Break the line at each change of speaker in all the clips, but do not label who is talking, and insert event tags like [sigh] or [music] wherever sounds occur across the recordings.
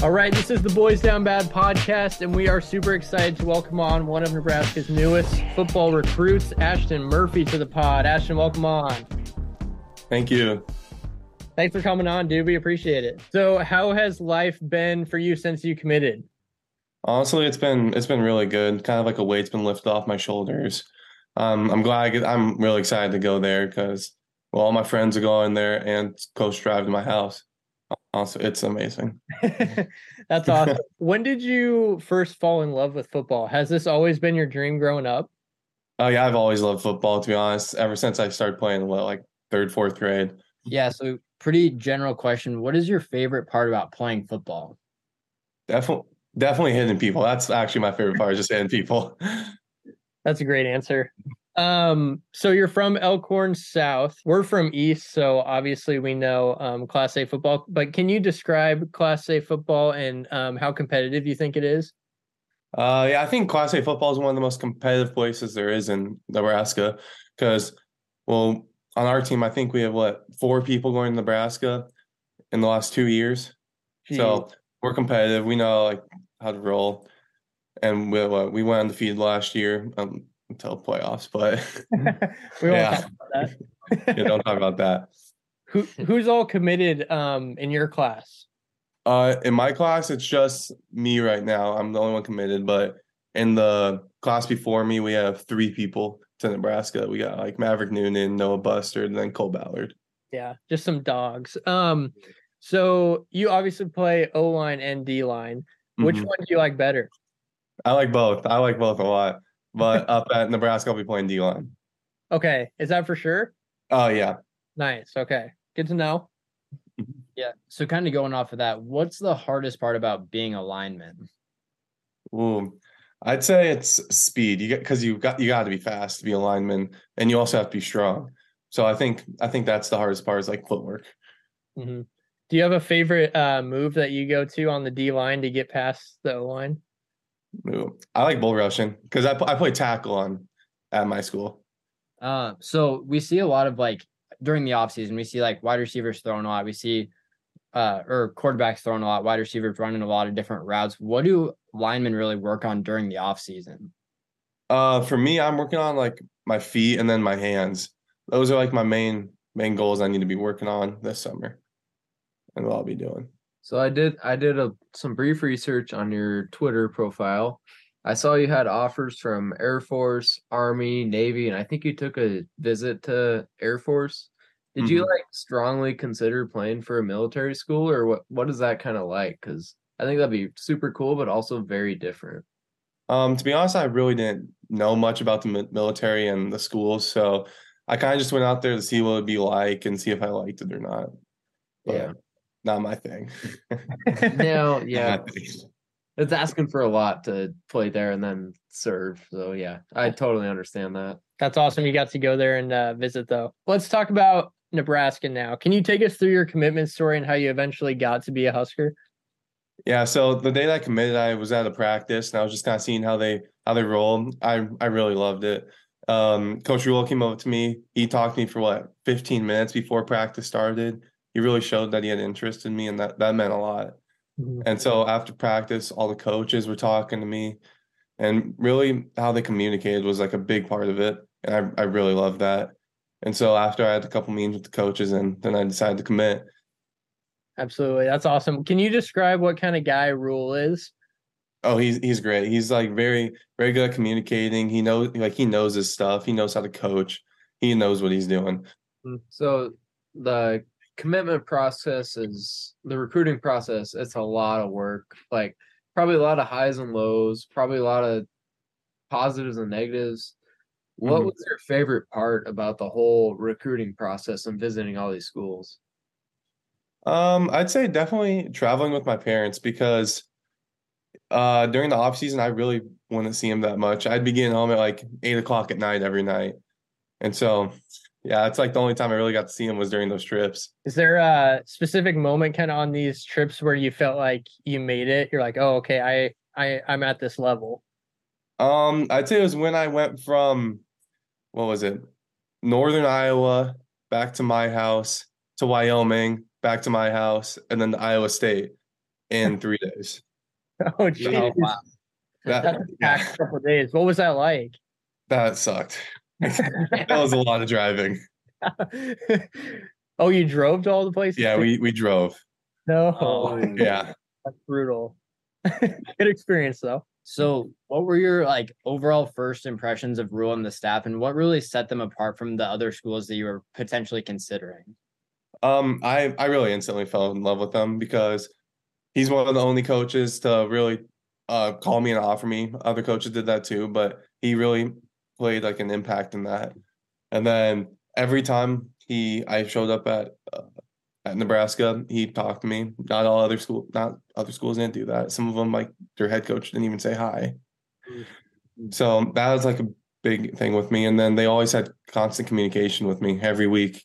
All right, this is the Boys Down Bad podcast, and we are super excited to welcome on one of Nebraska's newest football recruits, Ashton Murphy, to the pod. Ashton, welcome on.
Thank you.
Thanks for coming on, dude. We appreciate it. So, how has life been for you since you committed? [laughs]
Honestly, it's been it's been really good. Kind of like a weight's been lifted off my shoulders. Um, I'm glad I get, I'm really excited to go there because well, all my friends are going there, and it's close drive to my house. Honestly, it's amazing.
[laughs]
That's awesome. when did you first fall in love with football? Has this always been your dream growing up?
Oh yeah, I've always loved football. To be honest, ever since I started playing, what like third, fourth grade.
Yeah, so pretty general question. What is your favorite part about playing football?
Definitely, definitely hitting people. That's actually my favorite part. is just hitting people. [laughs]
That's a great answer. Um, so you're from Elkhorn South. We're from East, so obviously we know um, Class A football. But can you describe Class A football and um, how competitive you think it is?
Uh, yeah, I think Class A football is one of the most competitive places there is in Nebraska because, well, on our team, I think we have what four people going to Nebraska in the last two years.
Hmm.
Jeez. So we're competitive. We know like how to roll, and we what, we went undefeated last year um, until playoffs. But
[laughs] we won't
[laughs] yeah,
talk about
[laughs] yeah, don't talk about that.
Who who's all committed um, in your class?
Uh, in my class, it's just me right now. I'm the only one committed. But in the class before me, we have three people to Nebraska. We got like Maverick Noonan, Noah Bustard, and then Cole Ballard.
Yeah, just some dogs. Um, so you obviously play O line and D line. Which
Mhm.
one do you like better?
I like both. I like both a lot. But up at Nebraska, I'll be playing D line.
Okay, is that for sure?
Oh yeah.
Nice. Okay, good to know.
Yeah. So kind of going off of that, what's the hardest part about being a lineman?
Ooh. I'd say it's speed. You get because you got you got to be fast to be a lineman, and you also have to be strong. So I think I think that's the hardest part is like footwork.
Mhm. Do you have a favorite uh, move that you go to on the D line to get past the O line?
Ooh. I like bull rushing because I pl- I play tackle on at my school.
Uh, so we see a lot of like during the offseason, we see like wide receivers throwing a lot. We see uh or quarterbacks throwing a lot, wide receivers running a lot of different routes. What do linemen really work on during the offseason?
Uh, for me, I'm working on like my feet and then my hands. Those are like my main main goals I need to be working on this summer, and what I'll be doing.
So I did I did a some brief research on your Twitter profile. I saw you had offers from Air Force, Army, Navy, and I think you took a visit to Air Force. Did you like strongly consider playing for a military school or what what is that kind of like cuz I think that'd be super cool but also very different.
Um, to be honest, I really didn't know much about the mi- military and the schools, so I kind of just went out there to see what it'd be like and see if I liked it or not. But
Yeah.
not my thing. [laughs]
Now, yeah,
Not my thing.
it's asking for a lot to play there and then serve. So yeah, I totally understand that.
That's awesome. You got to go there and uh, visit, though. Let's talk about Nebraska now. Can you take us through your commitment story and how you eventually got to be a Husker?
Yeah, so the day that I committed, I was at a practice and I was just kind of seeing how they how they roll. I I really loved it. Um, Coach Rule came over to me. He talked to me for what 15 minutes before practice started. He really showed that he had interest in me, and that that meant a lot. And so after practice, all the coaches were talking to me, and really how they communicated was like a big part of it, and I I really loved that. And so after I had a couple meetings with the coaches, and then I decided to commit.
Absolutely. That's awesome. Can you describe what kind of guy Rule is?
Oh, he's he's great. He's like very very good at communicating. He knows like he knows his stuff. He knows how to coach. He knows what he's doing.
Mm-hmm. So the commitment process is the recruiting process. It's a lot of work, like probably a lot of highs and lows, probably a lot of positives and negatives. What
Mm-hmm.
Mhm.
was your favorite part about the whole recruiting process and visiting all these schools?
Um, I'd say definitely traveling with my parents because uh during the off season I really wouldn't see him that much. I'd be getting home at like eight o'clock at night every night. And so yeah, it's like the only time I really got to see him was during those trips.
Is there a specific moment kind of on these trips where you felt like you made it? You're like, oh, okay, I, I, I'm at this level. [laughs]
Um, I'd say it was when I went from what was it? Northern Iowa back to my house, to Wyoming, back to my house, and then to Iowa State in three days.
Oh, geez.
Oh, wow.
That's
That,
a packed couple days. What was that like?
that sucked. that was a lot of driving.
[laughs] oh, you drove to all the places?
Yeah,
too?
we we drove.
No, [laughs]
Oh.
Yeah.
that's brutal. [laughs] Good experience though.
So, what were your like overall first impressions of Rule and the staff, and what really set them apart from the other schools that you were potentially considering?
Um, I I really instantly fell in love with him because he's one of the only coaches to really uh call me and offer me. Other coaches did that too, but he really played like an impact in that. And then every time he I showed up at uh, at Nebraska, he talked to me. Not all other school, not other schools didn't do that. Some of them like their head coach didn't even say hi. So that was like a big thing with me. And then they always had constant communication with me every week.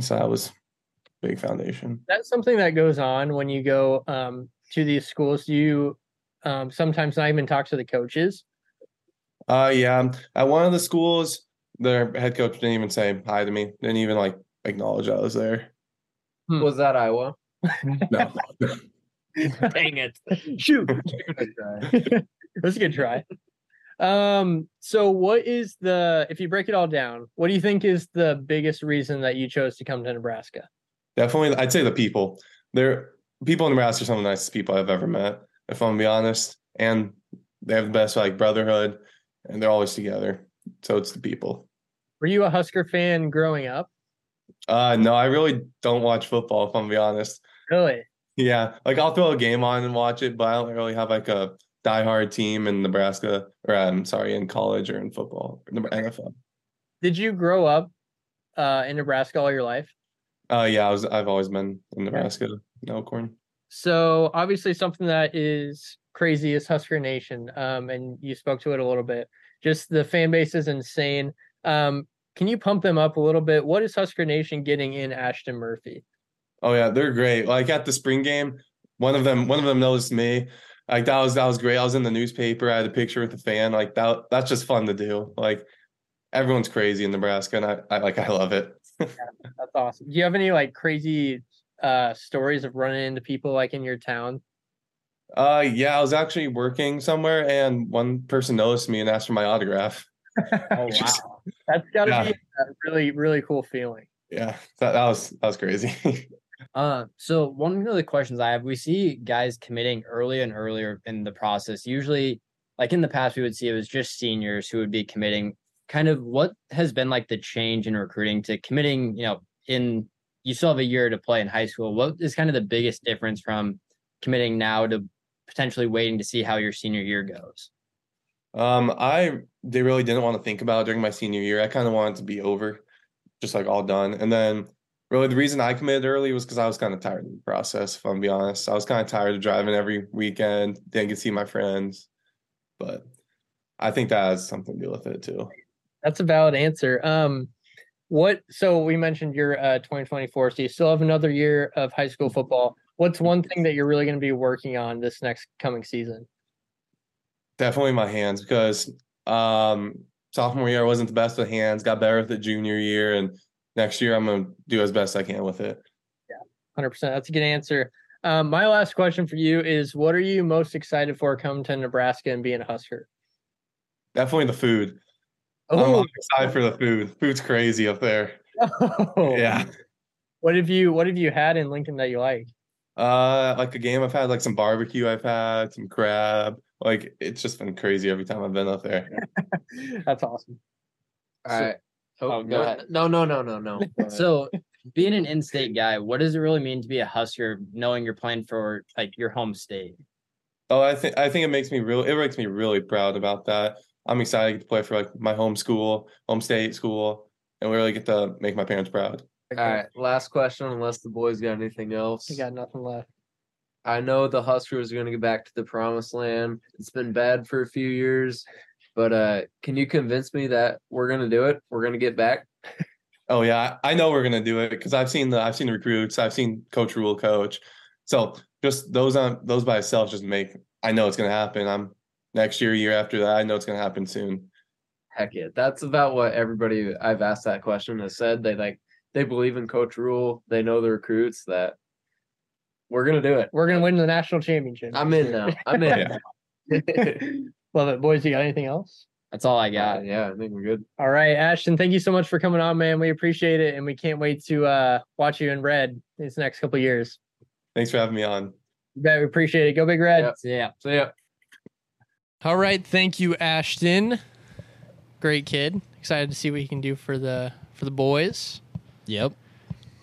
So that was a big foundation.
That's something that goes on when you go um, to these schools. You um, sometimes not even talk to the
[laughs]
coaches.
Uh yeah. At one of the schools, their head coach didn't even say hi to me. Didn't even like acknowledge I was there.
Was
[laughs]
that Iowa?
No.
Dang it! [laughs] Shoot,
[laughs]
Okay.
that's a good try. Um, so what is the if you break it all down, what do you think is the biggest reason that you chose to come to Nebraska?
[laughs] Definitely I'd say the people. They're people in Nebraska are some of the nicest people I've ever met, if I'm gonna be honest. And they have the best like brotherhood and they're always together. So it's the people.
Were you a Husker fan growing up?
Uh no, I really don't watch football if I'm gonna be honest.
Really?
Yeah, like I'll throw a game on and watch it, but I don't really have like a diehard team in Nebraska or I'm sorry, in college or in football, in the NFL.
Did you grow up uh, in Nebraska all your life?
Uh, yeah, I was I've always been in Nebraska, in Elkhorn.
So obviously something that is crazy is Husker Nation. Um, and you spoke to it a little bit. Just the fan base is insane. Um, can you pump them up a little bit? What is Husker Nation getting in Ashton Murphy?
Oh yeah, they're great. Like at the spring game, one of them one of them noticed me. Like that was that was great. I was in the newspaper. I had a picture with a fan. Like that that's just fun to do. Like everyone's crazy in Nebraska, and I, I like I love it.
That's awesome. Do you have any like crazy uh stories of running into people like in your town?
Uh, yeah, I was actually working somewhere, and one person noticed me and asked for my autograph.
Oh wow!
Just-
That's gotta
Yeah.
be a really, really cool feeling.
Yeah, that, that was that was crazy. [laughs]
Uh, so one of the questions I have, we see guys committing early and earlier in the process. Usually, like in the past, we would see it was just seniors who would be committing. Kind of what has been like the change in recruiting to committing, you know, in you still have a year to play in high school. What is kind of the biggest difference from committing now to potentially waiting to see how your senior year goes?
um, I they really didn't want to think about it during my senior year. I kind of wanted to be over, just like all done. And then really the reason I committed early was because I was kind of tired of the process. If I'm gonna be honest, I was kind of tired of driving every weekend. Didn't get to see my friends, but I think that has something to do with it too.
That's a valid answer. Um, what? So we mentioned your uh, 2024. So you still have another year of high school football. What's one thing that you're really going to be working on this next coming season?
Definitely my hands because um sophomore year I wasn't the best with hands, got better with it junior year, and next year I'm gonna do as best I can with it.
100. percent That's a good answer. Um, my last question for you is: What are you most excited for coming to Nebraska and being a Husker?
Definitely the food.
Oh,
I'm excited for the food. Food's crazy up there.
Oh,
Yeah.
What have you What have you had in Lincoln that you like?
Uh like a game I've had, like some barbecue I've had, some crab. Like it's just been crazy every time I've been up there.
That's awesome.
All right.
Oh, go
no,
ahead.
No, no, no, no, no. Go ahead.
So, being an in-state guy, what does it really mean to be a Husker, knowing you're playing for like your home state?
Oh, I think I think it makes me real it makes me really proud about that. I'm excited to play for like my home school, home state school, and we really get to make my parents proud.
all right. Last question, unless the boys got anything else.
You got nothing left.
I know the Huskers are going to get back to the promised land. It's been bad for a few years, but uh, can you convince me that we're going to do it? We're going to get back.
Oh yeah, I I know we're gonna do it because I've seen the I've seen the recruits, I've seen Coach Rule coach. So just those on those by itself just make I know it's gonna happen. I'm next year, year after that, I know it's gonna happen soon.
Heck yeah. That's about what everybody I've asked that question has said. They like they believe in Coach Rule. They know the recruits that we're gonna do it.
We're gonna win the national championship.
I'm in now. I'm in.
[laughs]
Yeah.
Love it, boys. You got anything else?
That's all I
yeah,
got.
yeah, I think we're good.
All right, Ashton. Thank you so much for coming on, man. We appreciate it, and we can't wait to uh, watch you in red these next couple years.
Thanks for having me on.
You bet. We appreciate it. Go big red.
Yep.
So, yeah.
So yeah.
All right, thank you, Ashton. Great kid. Excited to see what he can do for the for the boys.
Yep.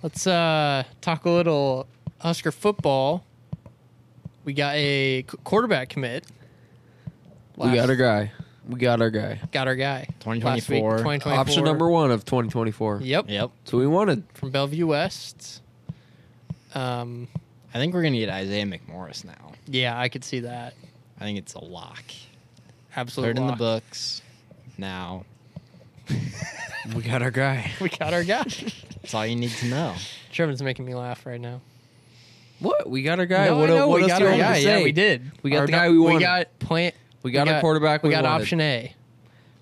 Let's uh talk a little Husker football. We got a qu- quarterback commit.
We got our guy. We got our guy.
got our guy. Last week,
2024.
2024.
Option number one of 2024.
Yep,
Yep.
So we wanted.
from Bellevue West. Um,
I think we're gonna get Isaiah McMorris now.
yeah, I could see that.
I think it's a lock.
Absolutely.
Third in the books. Now
We got our guy.
[laughs] We got our guy.
that's all you need to know.
Trevin's making me laugh right now.
What? We got our guy.
No, I
what
know,
what
we
else
got
do you
our
want me
guy.
to
Yeah,
say?
we did.
We got
Or
the
no,
guy we wanted.
We got plant.
We got
we
our
got-
quarterback.
We, got
wanted.
option A. We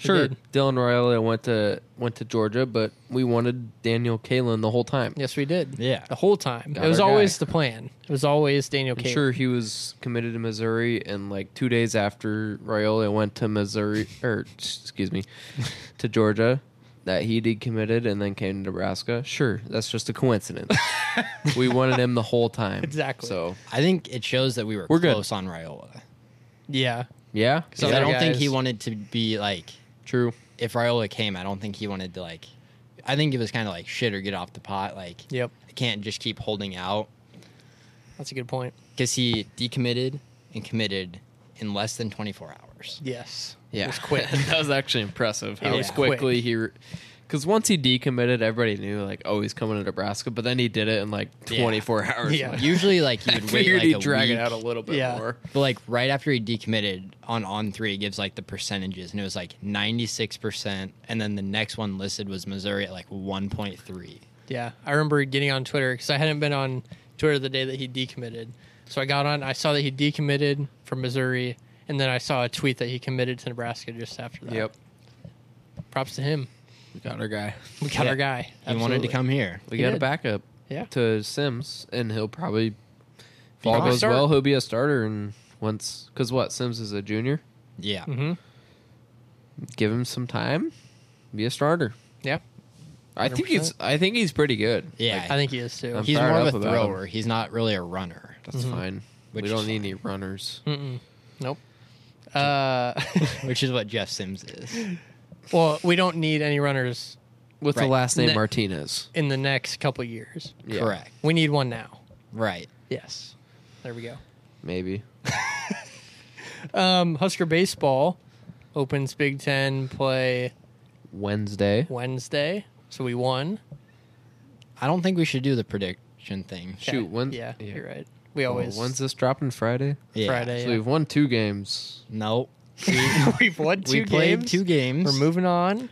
Sure,
did.
Dylan Riley went to went to Georgia, but we wanted Daniel Kalen the whole time.
Yes, we did.
Yeah.
The whole time.
Got
it was
our guy.
always the plan. It was always Daniel
I'm
Cave.
sure he was committed to Missouri, and like two days after Raiola went to Missouri, or excuse [laughs] me, to Georgia, that he decommitted and then came to Nebraska. Sure, that's just a [laughs] coincidence. we wanted him the whole time.
Exactly.
So
I think it shows that we were,
We're good.
close on Raiola.
Yeah.
yeah,
So
Yeah.
I don't think he
Guys.
wanted to be like
true.
if Raiola came, I don't think he wanted to like. I think it was kind of like shit or get off the pot. Like
Yep.
I can't just keep holding out
That's a good point.
because he decommitted and committed in less than 24 hours.
Yes.
Yeah,
was
[laughs]
quick.
that was actually impressive. How
It was
quickly he. Re- because once he decommitted, everybody knew like, oh, he's coming to Nebraska. But then he did it in like
Yeah.
24 hours.
Yeah.
[laughs] Like,
Usually, like you
I
would wait
figured
like
he'd
a
drag
week,
it out a little bit
Yeah.
more.
but like right after he decommitted on on three, it gives like the percentages, and it was like 96 percent, and then the next one listed was Missouri at like 1.3.
Yeah. I remember getting on Twitter because I hadn't been on Twitter the day that he decommitted. So I got on, I saw that he decommitted from Missouri, and then I saw a tweet that he committed to Nebraska just after that.
Yep,
Props to him.
we got our guy.
We got
Yeah.
our guy.
He wanted to
Absolutely.
come here.
We
He
got
did.
a backup
Yeah.
to Sims, and he'll probably, if
He'll
all
be a
goes
starter.
well, he'll be a starter. And once, because what Sims is a junior,
Yeah,
Mm-hmm.
give him some time, be a starter.
Yeah.
I think he's. I think he's pretty good.
yeah.
I think he is too.
I'm
he's
fired
more of
up
a
about him.
thrower. He's not really a runner.
That's fine.
Which
we
is
don't need
fine.
any runners.
Mm-mm. Nope. Uh, [laughs]
which is what Jeff Sims is.
well, we don't need any runners
With the
Right.
last name
Ne-
Martinez.
in the next couple years.
[laughs] Yeah,
Correct.
We need one now.
Right.
Yes. There we go.
Maybe.
Um, Husker baseball opens Big Ten play
Wednesday.
Wednesday, so we won.
I don't think we should do the prediction thing.
Shoot, when-
Yeah,
yeah.
you're right. We
Oh,
always
when's this dropping? Friday.
Yeah.
Friday.
So
yeah.
we've won two games.
Nope.
[laughs] We've won two
we played
games.
two games.
We're moving on.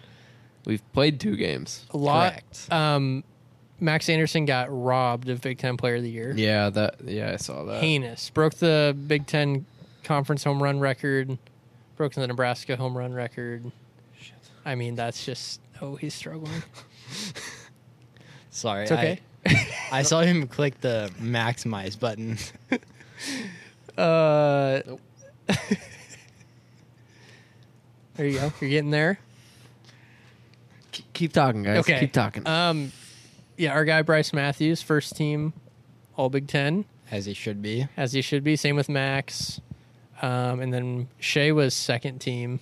We've played two games.
A lot.
Correct.
Um, Max Anderson got robbed of Big Ten Player of the Year.
Yeah, that. Yeah, I saw that.
Uh, heinous. Broke the Big Ten conference home run record. Broke the Nebraska home run record. I mean, that's just oh, he's
[laughs]
struggling.
Sorry.
It's okay.
I, I saw him click the maximize button. [laughs]
Uh, [laughs] there you go. You're getting there.
K- keep talking, guys.
Okay.
Keep talking.
Um, yeah, our guy Bryce Matthews, first team, All Big Ten,
As he should be.
as he should be. Same with Max. Um, and then Shea was second team,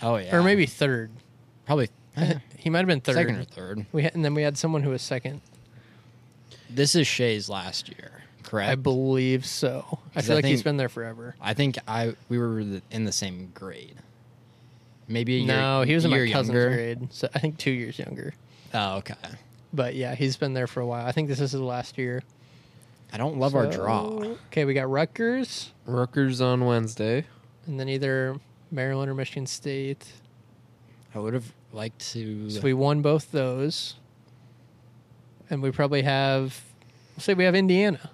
Oh yeah.
or maybe
[laughs]
third. [laughs]
probably eh,
He might have been third.
second or third.
We had, and then we had someone who was second.
This is Shay's last year, correct?
I believe so. I
'Cause
feel
I
like he's
think-
been there forever.
I think I we were the- in the same grade. Maybe a year,
no, he was in
year
my cousin's
younger.
grade, so I think two years younger.
Oh, okay.
But yeah, he's been there for a while. I think this is his last year.
I don't love our draw.
So- Okay, we got Rutgers,
Rutgers on Wednesday.
and then either Maryland or Michigan State.
I would have liked to.
So we won both those, and we probably have. We'll say we have Indiana.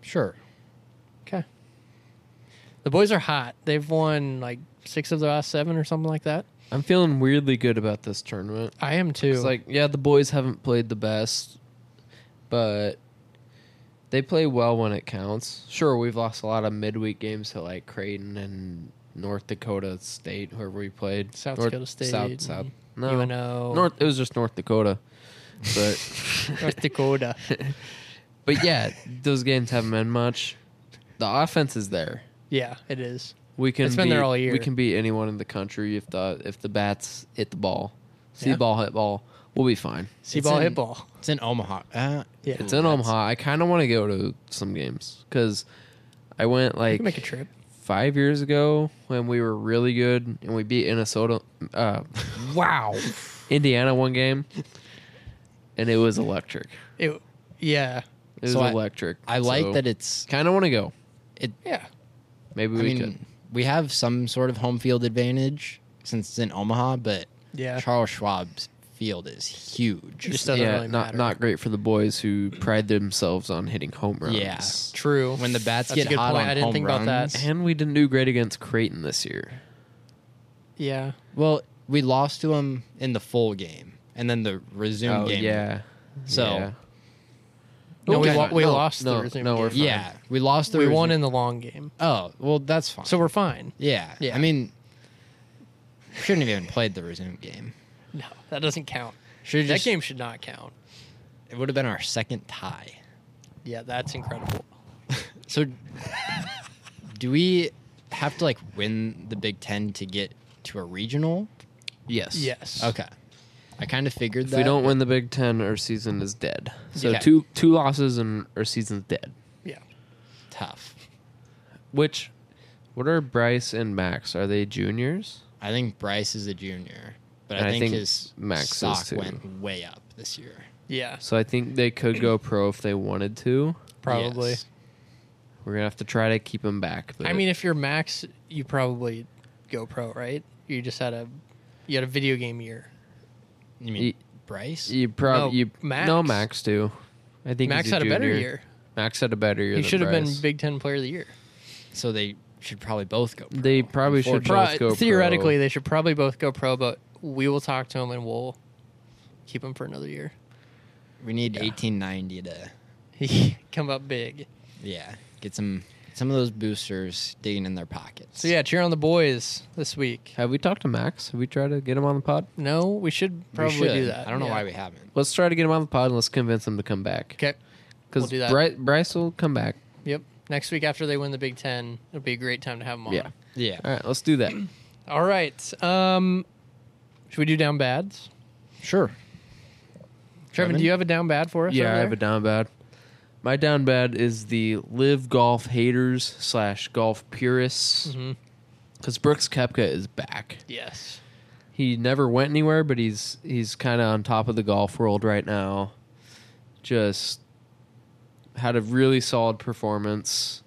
sure.
Okay. The boys are hot. They've won like six of the last seven or something like that.
I'm feeling weirdly good about this tournament.
I am too.
It's like, yeah, the boys haven't played the best, but they play well when it counts. Sure, we've lost a lot of midweek games to like Creighton and North Dakota State, whoever we played.
South
North-
Dakota State,
South, South.
and
No,
UNO,
North. It was just North Dakota, but
North [laughs]
[laughs]
Dakota.
but yeah, those games haven't been much. The offense is there.
Yeah, it is.
We can
It's been
beat,
there all year.
We can beat anyone in the country if the if the bats hit the ball, see
Yeah.
ball hit ball. We'll be fine.
See
It's
ball,
in-
hit ball.
It's in Omaha. Uh,
Yeah.
It's
Ooh, that's-
in Omaha. I kind of want to go to some games because I went
You
like
can make a trip.
five years ago when we were really good and we beat Minnesota.
[laughs]
Uh, wow, Indiana one game, and it was electric.
It, yeah,
It was
So I-
electric.
I like that it's.
Kind of want to go.
yeah.
Maybe
I
we could.
mean, we have some sort of home field advantage since it's in Omaha, but
Yeah.
Charles Schwab's field is huge.
Just doesn't
yeah,
really
not
matter.
not great for the boys who pride themselves on hitting home runs.
Yeah.
True.
When the bats
That's a
get
good
hot
point.
on
I didn't
home
think about that.
runs,
and we didn't do great against Creighton this year.
yeah,
Well, we lost to him in the full game, and then the resume
Oh,
game.
Oh, yeah.
So-
Yeah.
No, we
Okay.
lo- we
No,
lost the
no,
resume
no, we're
game.
fine.
Yeah, we lost the.
we
resume-
won in the long game,
Oh well, that's fine.
so we're fine.
yeah,
Yeah.
I mean, shouldn't have even played the resume game.
No, that doesn't count.
Should
That
just,
game should not count.
It would have been our second tie.
Yeah, that's incredible. [laughs]
So, do we have to like win the Big Ten to get to a regional?
Yes.
Yes.
Okay, I kind of figured
If
that.
we don't win the Big Ten, our season is dead. So
Okay.
two two losses and our season's dead.
Yeah.
tough.
Which, what are Bryce and Max? Are they juniors?
I think Bryce is a junior, but
And
I,
I
think,
think
his
Max is
stock
too.
went way up this year.
Yeah.
So I think they could go pro if they wanted to.
Probably.
Yes.
We're gonna have to try to keep him back. But
I mean, if you're Max, you probably go pro, right? You just had a you had a video game year.
You mean
Ye-
Bryce?
you probably
No,
you
Max.
no Max too. I think
Max
he's
had a better
junior.
year.
Max had a better year.
He
than
should have been
Bryce.
Big Ten Player of the Year.
So they should probably both go. Pro,
They probably should
unfortunately.
both go pro.
theoretically, they should probably both go pro, but we will talk to him and we'll keep him for another year. [laughs]
We need 1890 to
He come up big.
yeah get some some of those boosters digging in their pockets.
So yeah, cheer on the boys this week.
Have we talked to Max? Have we tried to get him on the pod?
No, we should
We
probably
should.
do that.
I don't know
Yeah.
why we haven't.
Let's try to get him on the pod and let's convince him to come back.
Okay.
Because
we'll do that.
Bryce, Bryce will come back.
Yep. Next week after they win the Big Ten, it'll be a great time to have them on.
Yeah.
Yeah,
All right, let's do that.
All right. Um, should we do down bads?
sure.
Trevin,
Trevin?
do you have a down bad for us?
Yeah,
over
I have
there?
a down bad. My down bad is the live golf haters slash golf purists.
Mhm.
Because Brooks Kepka is back.
Yes.
He never went anywhere, but he's he's kind of on top of the golf world right now. Just had a really solid performance.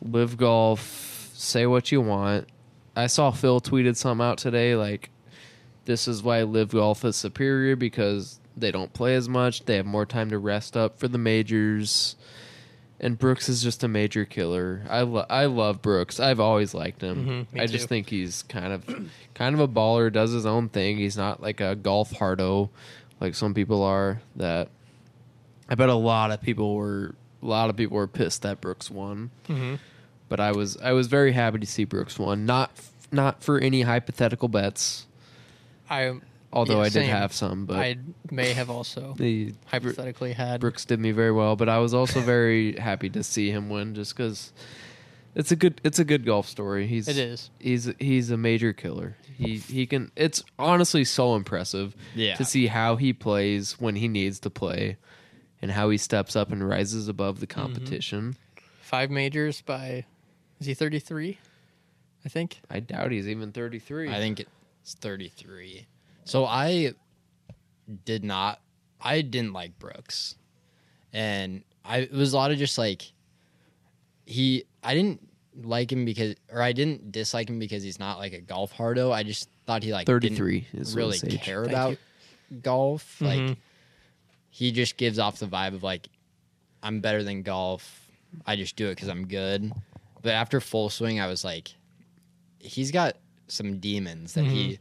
Live golf, say what you want. I saw Phil tweeted something out today like this is why live golf is superior because they don't play as much, they have more time to rest up for the majors. And Brooks is just a major killer. I lo- I love Brooks. I've always liked him.
Mhm, me
I
too.
just think he's kind of kind of a baller, does his own thing. He's not like a golf hardo like some people are that I bet a lot of people were a lot of people were pissed that Brooks won.
Mhm.
But I was I was very happy to see Brooks won. Not f- not for any hypothetical bets,
I
although
Yeah,
I did
same.
have some. But
I may have
[laughs]
also
the
hypothetically had
Brooks did me very well. But I was also very happy to see him win, just because it's a good it's a good golf story. He's
it is.
he's he's a major killer. He he can. It's honestly so impressive
Yeah.
to see how he plays when he needs to play, and how he steps up and rises above
Mm-hmm.
the competition.
Five majors by is he thirty three? I think.
I doubt he's even thirty three.
I think it's 33. So I did not, I didn't like Brooks. And I, it was a lot of just like, he, I didn't like him because, or I didn't dislike him because he's not like a golf hardo. I just thought he like
thirty
didn't
three is
really
his age.
care
Thank
about golf.
Mhm.
Like, he just gives off the vibe of like, I'm better than golf. I just do it because I'm good. But after full swing, I was like, he's got some demons that he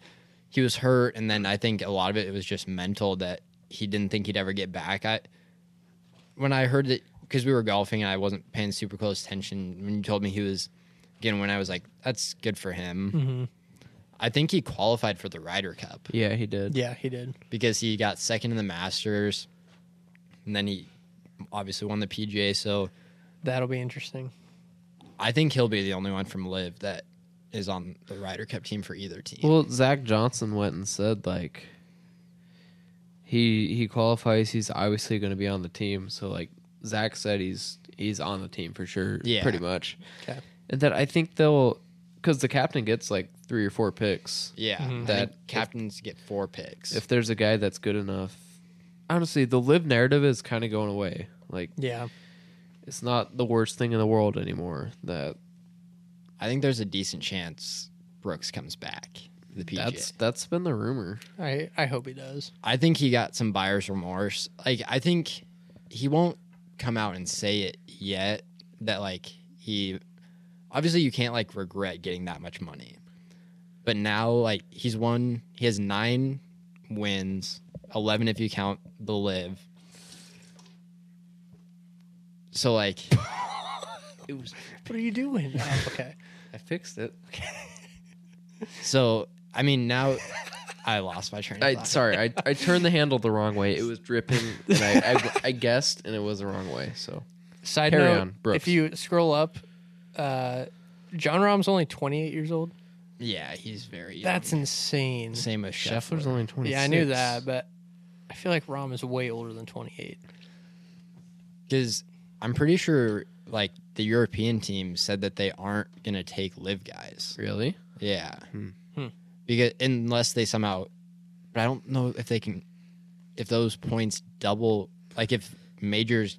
he was hurt, and then I think a lot of it, it was just mental that he didn't think he'd ever get back. I when I heard that because we were golfing and I wasn't paying super close attention when you told me he was again when I was like that's good for him.
Mhm.
I think he qualified for the Ryder Cup
Yeah, he did.
Yeah, he did.
because he got second in the Masters, and then he obviously won the PGA. So
That'll be interesting.
I think he'll be the only one from Live that is on the Ryder Cup team for either team.
Well, Zach Johnson went and said like he he qualifies. He's obviously going to be on the team. So like Zach said, he's he's on the team for sure.
Yeah.
pretty much.
Okay.
And then I think they'll because the captain gets like three or four picks.
yeah,
Mhm.
I
mm-hmm. That-
think captains get four picks.
If there's a guy that's good enough, honestly, the live narrative is kind of going away. Like
Yeah.
it's not the worst thing in the world anymore. That
I think there's a decent chance Brooks comes back. to The PGA.
that's that's been the rumor.
I I hope he does.
I think he got some buyer's remorse. Like I think he won't come out and say it yet that like he obviously you can't like regret getting that much money. But now like he's won he has 9 wins, 11 if you count the live. So like
What are you doing? Oh, okay.
I fixed it.
so I mean now I lost my train of
I
thought.
sorry, I, I turned the handle the wrong way. It was dripping, and I, [laughs] I I guessed, and it was the wrong way. So
Side
Carry
note:
on, Brooks.
If you scroll up, uh, John Rahm's only 28 years old.
Yeah, he's very young.
That's insane.
same as Scheffler.
Scheffler's only twenty.
Yeah, I knew that, but I feel like Rahm is way older than 28.
because I'm pretty sure like the European team said that they aren't gonna take live guys.
Really?
Yeah,
Hmm.
because unless they somehow, but I don't know if they can, if those points double, like if majors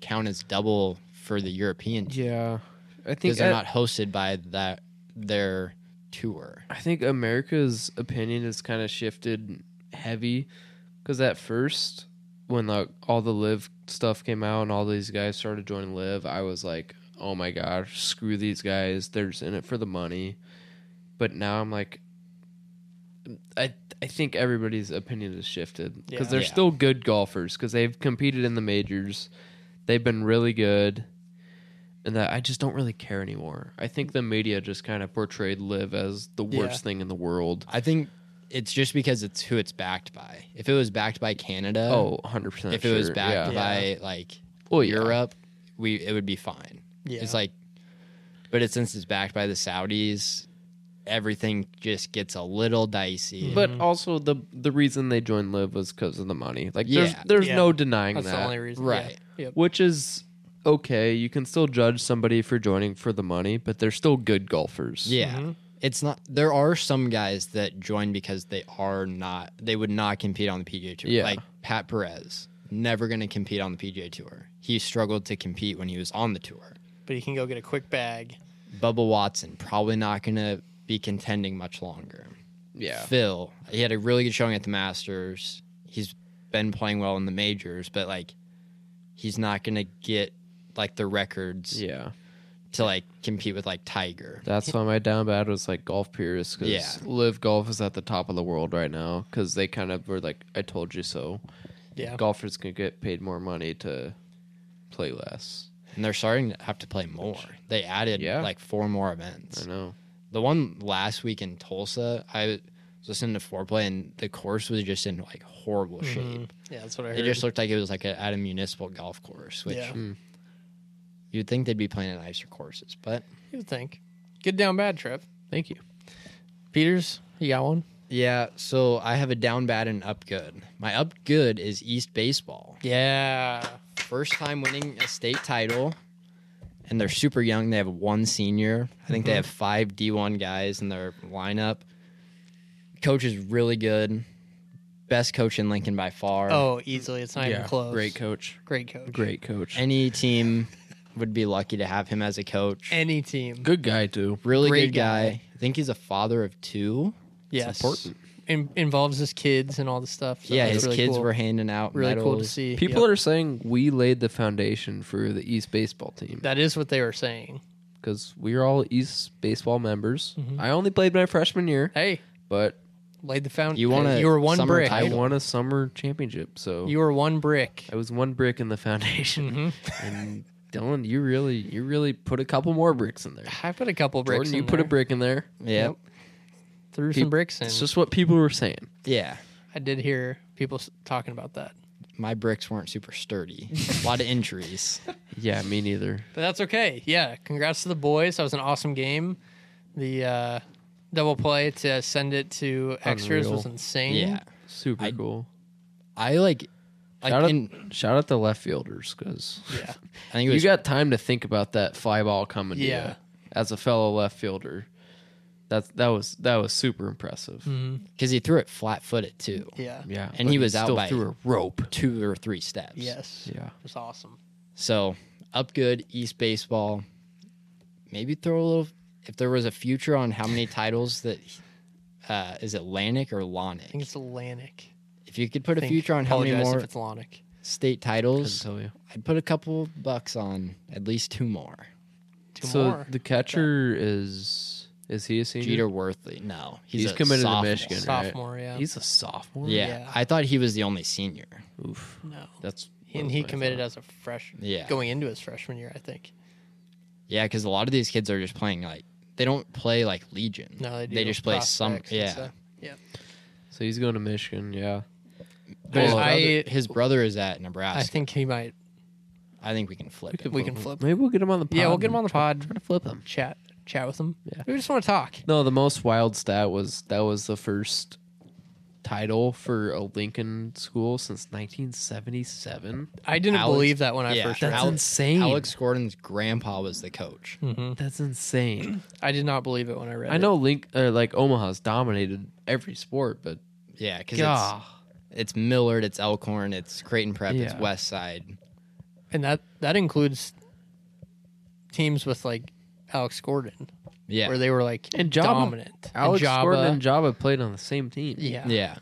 count as double for the European team
Yeah, I think
because they're
I,
not hosted by that their tour.
I think America's opinion has kind of shifted heavy because at first, when like all the live stuff came out and all these guys started joining live, I was like, oh my gosh, screw these guys. They're just in it for the money. But now I'm like, I I think everybody's opinion has shifted because
Yeah.
they're
Yeah.
still good golfers because they've competed in the majors, they've been really good, and that I just don't really care anymore. I think the media just kind of portrayed live as the
Yeah.
worst thing in the world.
I think it's just because it's who it's backed by. If it was backed by Canada,
Oh, 100 percent.
if it was backed
Yeah.
by like
Well, yeah.
Europe, we it would be fine.
Yeah.
It's like, but it, since it's backed by the Saudis, everything just gets a little dicey.
But also the the reason they joined Live was because of the money. Like
Yeah.
there's there's
Yeah.
no denying
That's
that.
the only reason.
Right.
Yeah. Yep.
Which is okay. You can still judge somebody for joining for the money, but they're still good golfers.
yeah, it's not. There are some guys that join because they are not. They would not compete on the PGA Tour.
Yeah.
Like Pat Perez, never going to compete on the PGA Tour. He struggled to compete when he was on the tour.
But you can go get a quick bag.
Bubba Watson probably not going to be contending much longer.
Yeah.
Phil, he had a really good showing at the Masters. He's been playing well in the majors, but like he's not going to get like the records
Yeah.
to like compete with like Tiger.
That's why my down bad was like golf purists because
Yeah.
Live Golf is at the top of the world right now because they kind of were like, I told you so.
Yeah.
Golfers can get paid more money to play less.
And they're starting to have to play more. They added
Yeah.
like four more
I
events.
know.
The one last week in Tulsa, I was listening to foreplay and the course was just in like horrible
Mm-hmm.
shape.
Yeah, that's what I heard.
It just looked like it was like a, at a municipal golf course, which
Yeah.
you'd think they'd be playing at nicer courses, but
you would think. Good down bad trip.
Thank you.
Peters, you got one?
Yeah, so I have a down bad and up good. My up good is East Baseball.
Yeah.
First time winning a state title, and they're super young. They have one senior. I think they
Mm-hmm.
have five D1 guys in their lineup. Coach is really good. Best coach in Lincoln by far.
Oh, easily. It's not even close.
Great coach.
Great coach.
Great coach.
Any team would be lucky to have him as a coach.
Any team.
Good guy too.
really
great
good guy. I think he's a father of two.
Yes.
important.
In- involves his kids and all the stuff. so
yeah,
that's
his
really
kids
cool.
were handing out
really cool to
medals.
see.
People are saying we laid the foundation for the East baseball team
That is what they were saying.
because we are all East baseball members.
Mhm.
I only played my freshman year,
Hey,
but
laid the foundation.
You won a
You were one
summer
brick.
I
title.
won a summer championship, so
You were one brick.
I was one brick in the foundation.
hmm
and Dylan, you really, you really put a couple more bricks in
[sighs]
there.
I put a couple bricks.
Jordan,
in
you put a
there.
brick in there.
Yeah.
Threw
peep-
some bricks in.
It's just what people were saying.
Yeah.
I did hear people s- talking about that,
My bricks weren't
[laughs]
super sturdy. a lot of injuries.
Yeah, me neither.
but that's okay. Yeah, congrats to the boys. That was an awesome game. The uh, double play to send it to extras was
Unreal.
insane.
Yeah.
Super
I-
cool.
I like
Shout out-
like in,
Shout out the left fielders because
yeah.
I think it
you
was
got time to think about that fly ball coming.
Yeah.
to you as a fellow left fielder, that's that was that was super impressive.
Mhm.
because he threw it flat footed too.
Yeah.
Yeah,
Hmm. And
but
he was out
still
by-
through a rope.
Two or three steps.
Yes.
Yeah,
It was awesome.
So up good, East baseball. Maybe throw a little if there was a future on
[laughs]
how many titles that uh is it Lanic or
I think
Lonic?
it's Atlantic.
If you could put a
Think-
future on how many
apologize
more
If it's Atlantic.
state
couldn't
titles,
tell you.
I'd put a couple bucks on at least two more.
Two
so
more.
the catcher is is he a senior?
Jeter Worthley. No, he's,
He's
a
committed to
sophomore.
Michigan. right?
Sophomore, yeah.
He's a sophomore.
Yeah,
Yeah.
I thought he was the only senior.
Oof.
no.
That's
And he committed as a freshman.
Yeah.
Going into his freshman year, I think.
Yeah, because a lot of these kids are just playing like they don't play like Legion.
No, they do.
They just play some.
prospects and
Yeah,
stuff.
So he's going to Michigan. Yeah.
But his,
Well, I-
brother, his brother is at Nebraska.
I
I
think
think,
he might.
we can flip it.
We can flip.
Maybe we'll get him on the. Pod
Yeah, we'll get him on the pod.
and Flip him.
chat chat with them.
Yeah.
We just want to talk.
No, the most wild stat was that was the first title for a Lincoln school since 1977.
I didn't
Alex-
believe that when I
yeah,
first
That's
read.
Al-
insane.
Alex Gordon's grandpa was the coach.
hmm
That's [clears throat] insane.
I did not believe it when I read.
I know Link uh, like Omaha's dominated every sport, but
Yeah, because it's,
God,
it's Millard, it's Elkhorn, it's Creighton Prep, it's
Yeah.
West Side.
it. and that that includes teams with like Alex Gordon,
Yeah,
where they were like
And Jabba.
dominant.
Alex
and Jabba,
Gordon and Jabba played on the same team.
yeah,
yeah.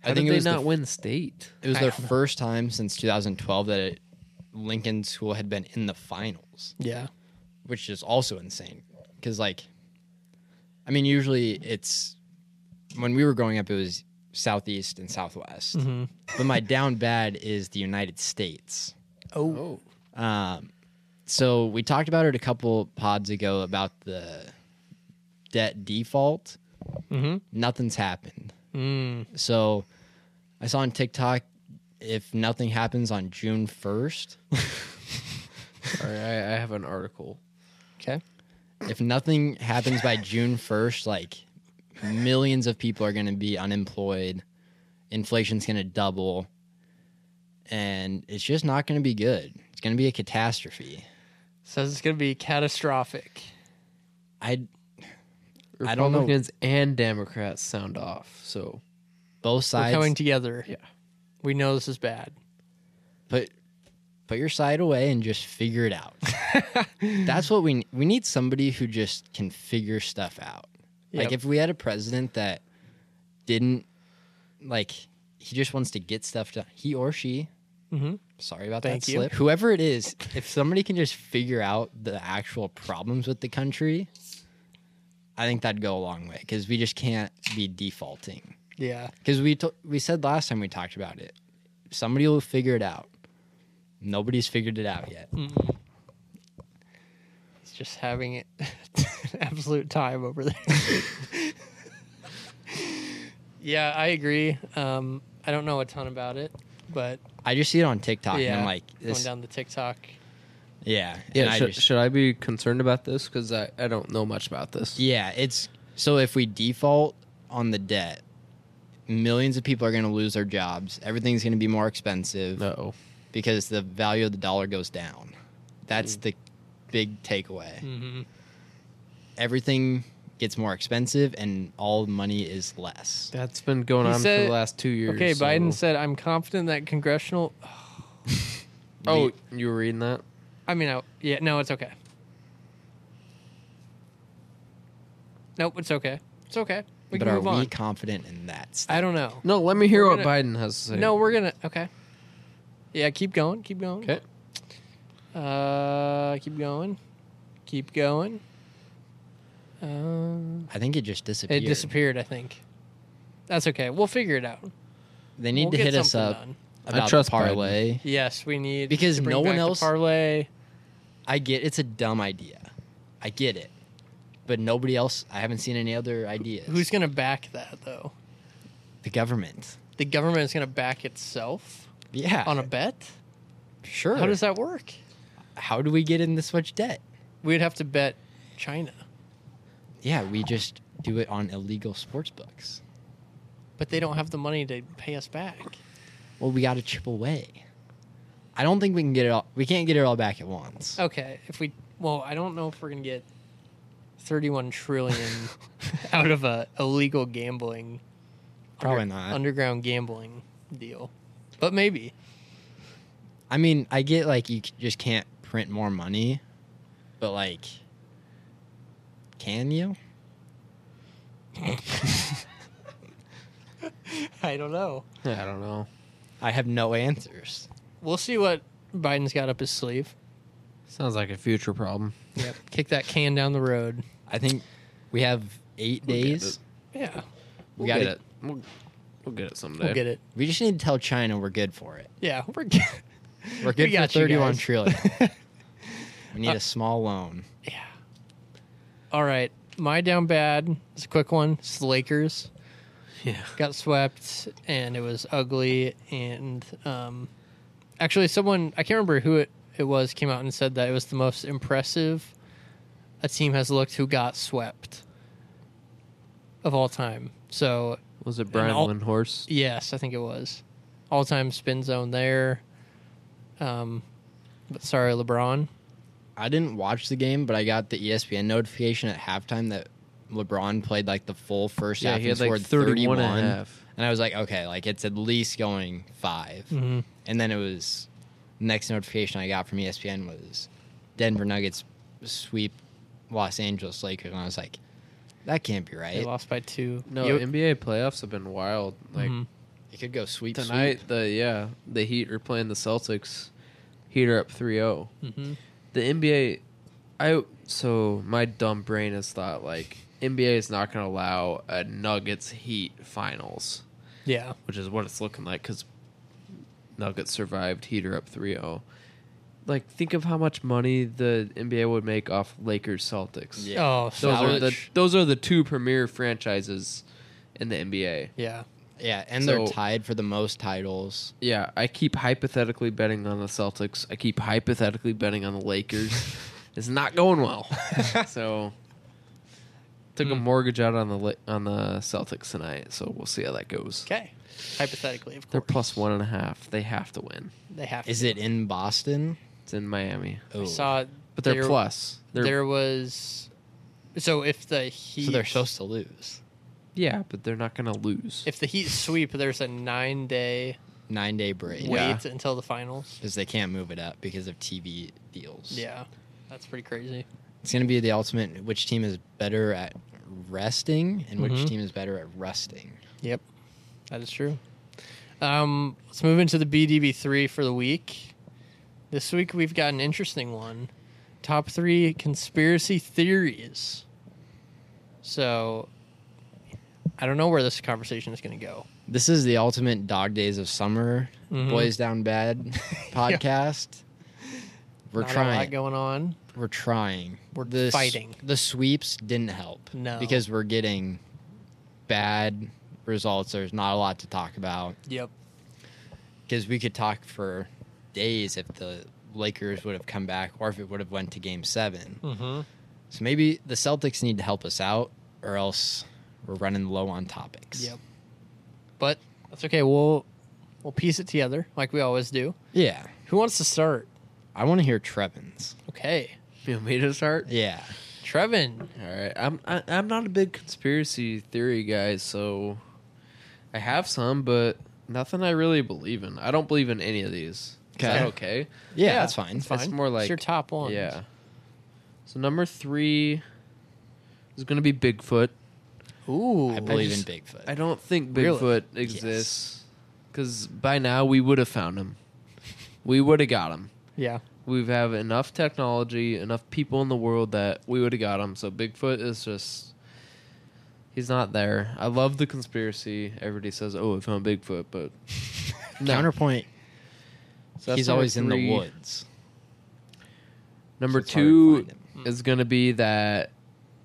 How
I think
did
it
they
was the
not win state?
It was
I
their
don't know.
first time since 2012 that it, Lincoln School had been in the finals,
yeah,
which is also insane. Because, like, I mean, usually it's when we were growing up, it was Southeast and Southwest.
Mhm.
but my down bad is the United States.
Oh,
Um, so we talked about it a couple pods ago about the debt default.
Mhm.
Nothing's happened.
Mm.
So I saw on TikTok if nothing happens on June 1st,
All right, I, I have an article.
okay.
if nothing happens by June 1st, like millions of people are going to be unemployed. Inflation's going to double. And it's just not going to be good. It's going to be a catastrophe.
Says it's gonna be catastrophic.
I I don't know.
Republicans and Democrats sound off. So
both
We're
sides
coming together.
Yeah.
we know this is bad.
put put your side away and just figure
[laughs]
it out. That's what we we need somebody who just can figure stuff out. Like
Yep.
if we had a president that didn't like he just wants to get stuff done. He or she.
Mhm.
Sorry about
Thank
that
you.
slip. Whoever it is, if somebody can just figure out the actual problems with the country, I think that'd go a long way because we just can't be defaulting.
Yeah,
Because we t- we said last time we talked about it, somebody will figure it out. Nobody's figured it out yet.
Hmm. it's just having it [laughs] absolute time over there.
[laughs]
yeah, I agree. Um, I don't know a ton about it, but
I just see it on TikTok, and
Yeah.
I'm like,
going
this,
down the TikTok.
yeah,
yeah,
and I
should,
just-
should I be concerned about this? Because I, I don't know much about this.
yeah. It's so if we default on the debt, millions of people are going to lose their jobs. Everything's going to be more expensive
No.
because the value of the dollar goes down. That's the big takeaway.
hmm
Everything gets more expensive, and all money is less.
That's been going
He
on for
said-
the last two years.
Okay, Biden
so-
said, "I'm confident that congressional."
Oh, you were reading that?
I mean, I, yeah, no, it's okay. Nope, it's okay. It's okay. We
but
can
are
move
we
on.
confident in that? Stuff?
I don't know.
No, let me hear
We're
what Biden has to say.
No, we're gonna. Okay. Yeah, keep going. Keep going.
Okay.
Uh, keep going. Keep going. Uh,
I think it just disappeared.
it disappeared, I think. That's okay. We'll figure it out.
They need
We'll
to
get
hit us
something
up
done.
about
trust Biden.
parlay.
Yes, we need
Because
to bring
no one
back the
else-
parlay.
I get it's a dumb idea. I get it. But nobody else, I haven't seen any other ideas.
Who's going to back that though?
the government?
The government is going to back itself
Yeah.
on a bet.
sure.
How does that work?
how do we get in this much debt?
We'd have to bet China,
Yeah, we just do it on illegal sports books.
but they don't have the money to pay us back.
Well, we got to chip away. I don't think we can get it all. We can't get it all back at once.
Okay, if we well, I don't know if we're going to get 31 trillion [laughs] out of a illegal gambling
[laughs] Probably not.
underground gambling deal. But maybe.
I mean, I get like you c- just can't print more money, but like, can you?
[laughs] I don't know.
I don't know.
I have no answers.
We'll see what Biden's got up his sleeve.
Sounds like a future problem.
Yep. Kick that can down the road.
I think we have eight
We'll get
days.
it.
Yeah.
We got
get
to
it. We'll, we'll get it someday.
We'll get it.
We just need to tell China we're good for
[laughs]
it.
Yeah, we're [laughs] good.
We're good for
got you
thirty-one
guys.
trillion. we need a small loan.
All right. My down bad is a quick one. It's the Lakers.
Yeah.
Got swept and it was ugly. And um, actually, someone, I can't remember who it, it was, came out and said that it was the most impressive a team has looked who got swept of all time. So
Was it Brian
all-
Windhorse?
Yes, I think it was. All time spin zone there. Um, but sorry, LeBron.
I didn't watch the game, but I got the E ESPN notification at halftime that LeBron played like the full first
Yeah,
half
he
and
had like
scored
31
31.
and a half.
And I was like, okay, like it's at least going 5
Mhm.
And then it was next notification I got from E ESPN was Denver Nuggets sweep Los Angeles Lakers, and I was like, that can't be
They
right.
lost by two.
No,
You-
NBA playoffs have been wild. Like
Mhm.
It could go sweep
Mm-hmm.
tonight,
Sweep.
the yeah, the Heat are playing the Celtics. Heat are up oh. 3-0.
Mhm.
The NBA, I so my dumb brain has thought like NBA is not going to allow a Nuggets Heat finals,
Yeah.
which is what it's looking like because Nuggets survived. Heat are up 3-0. Like think of how much money the NBA would make off Lakers Celtics.
Yeah.
Oh,
Those
so
are the
much.
those are the two premier franchises in the NBA.
yeah.
Yeah, and
So-
they're tied for the most titles.
Yeah, I keep hypothetically betting on the Celtics. I keep hypothetically betting on the [laughs] Lakers. it's not going [laughs] well. so took a mortgage out on the La- on the Celtics tonight. So we'll see how that goes.
Okay. Hypothetically, of
They're
course,
plus one and a half. They have to win.
they have.
Is
to.
it in Boston?
It's in Miami,
I
Oh.
saw.
but they're
there,
plus. They're
There was. So if the Heat,
so they're supposed to lose.
yeah, but they're not gonna lose.
if the Heat sweep, there's a nine day
Nine day break.
Yeah.
wait until the finals.
because they can't move it up because of TV deals.
Yeah, that's pretty crazy.
it's gonna be the ultimate. Which team is better at resting, and which
Mhm.
team is better at rusting?
Yep, that is true. Um, let's move into the BDB three for the week. This week we've got an interesting one: top three conspiracy theories. So, I don't know where this conversation is going to go.
This is the ultimate dog days of summer.
Mhm.
Boys
[laughs]
down bad [laughs] podcast. We're
Not a lot
trying.
going on.
We're trying.
We're
s-
fighting.
The sweeps didn't help.
No.
because we're getting bad results. There's not a lot to talk about.
Yep.
because we could talk for days if the Lakers would have come back or if it would have went to Game Seven.
Mm-hmm.
So maybe the Celtics need to help us out, or else we're running low on topics.
Yep. But that's okay. We'll we'll piece it together like we always do.
Yeah.
Who wants to start?
I want to hear Trevin's.
Okay,
You want me to start?
Yeah.
Trevin.
All right, I'm I, I'm not a big conspiracy theory guy, so I have some, but nothing I really believe in. I don't believe in any of these. Is that
Okay.
okay?
Yeah,
Yeah,
that's fine.
It's fine.
more like-
your top one.
Yeah. So number three is going to be Bigfoot.
Ooh.
I believe
just-
in Bigfoot.
I [laughs] don't think
Really?
Bigfoot exists because by now we would have found him. We would have got him.
Yeah.
we have enough technology, enough people in the world that we would have got him. So Bigfoot is just he's not there. I love the conspiracy. Everybody says, "Oh, we found Bigfoot," but no.
Counterpoint.
So that's
he's
number
always in the
three.
woods.
Number
so it's harder to
two
find him.
Hmm.
is going to be that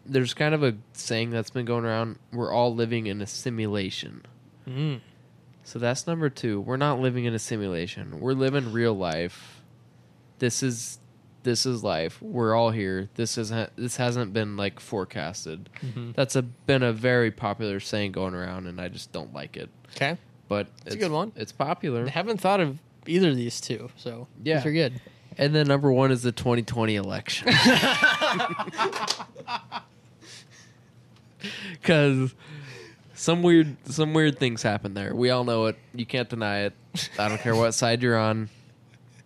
there's kind of a saying that's been going around: we're all living in a simulation.
Mm.
So that's number two. We're not living in a simulation. We're living real life. This is this is life. We're all here. This isn't this hasn't been like forecasted.
Mm-hmm.
That's a been a very popular saying going around and I just don't like it.
Okay.
But
It's a good one.
It's popular.
I haven't thought of either of these two, so
Yeah.
these are good.
And then number one is the twenty twenty election. [laughs] Cause some weird some weird things happen there. We all know it. You can't deny it. I don't
[laughs]
care what side you're on.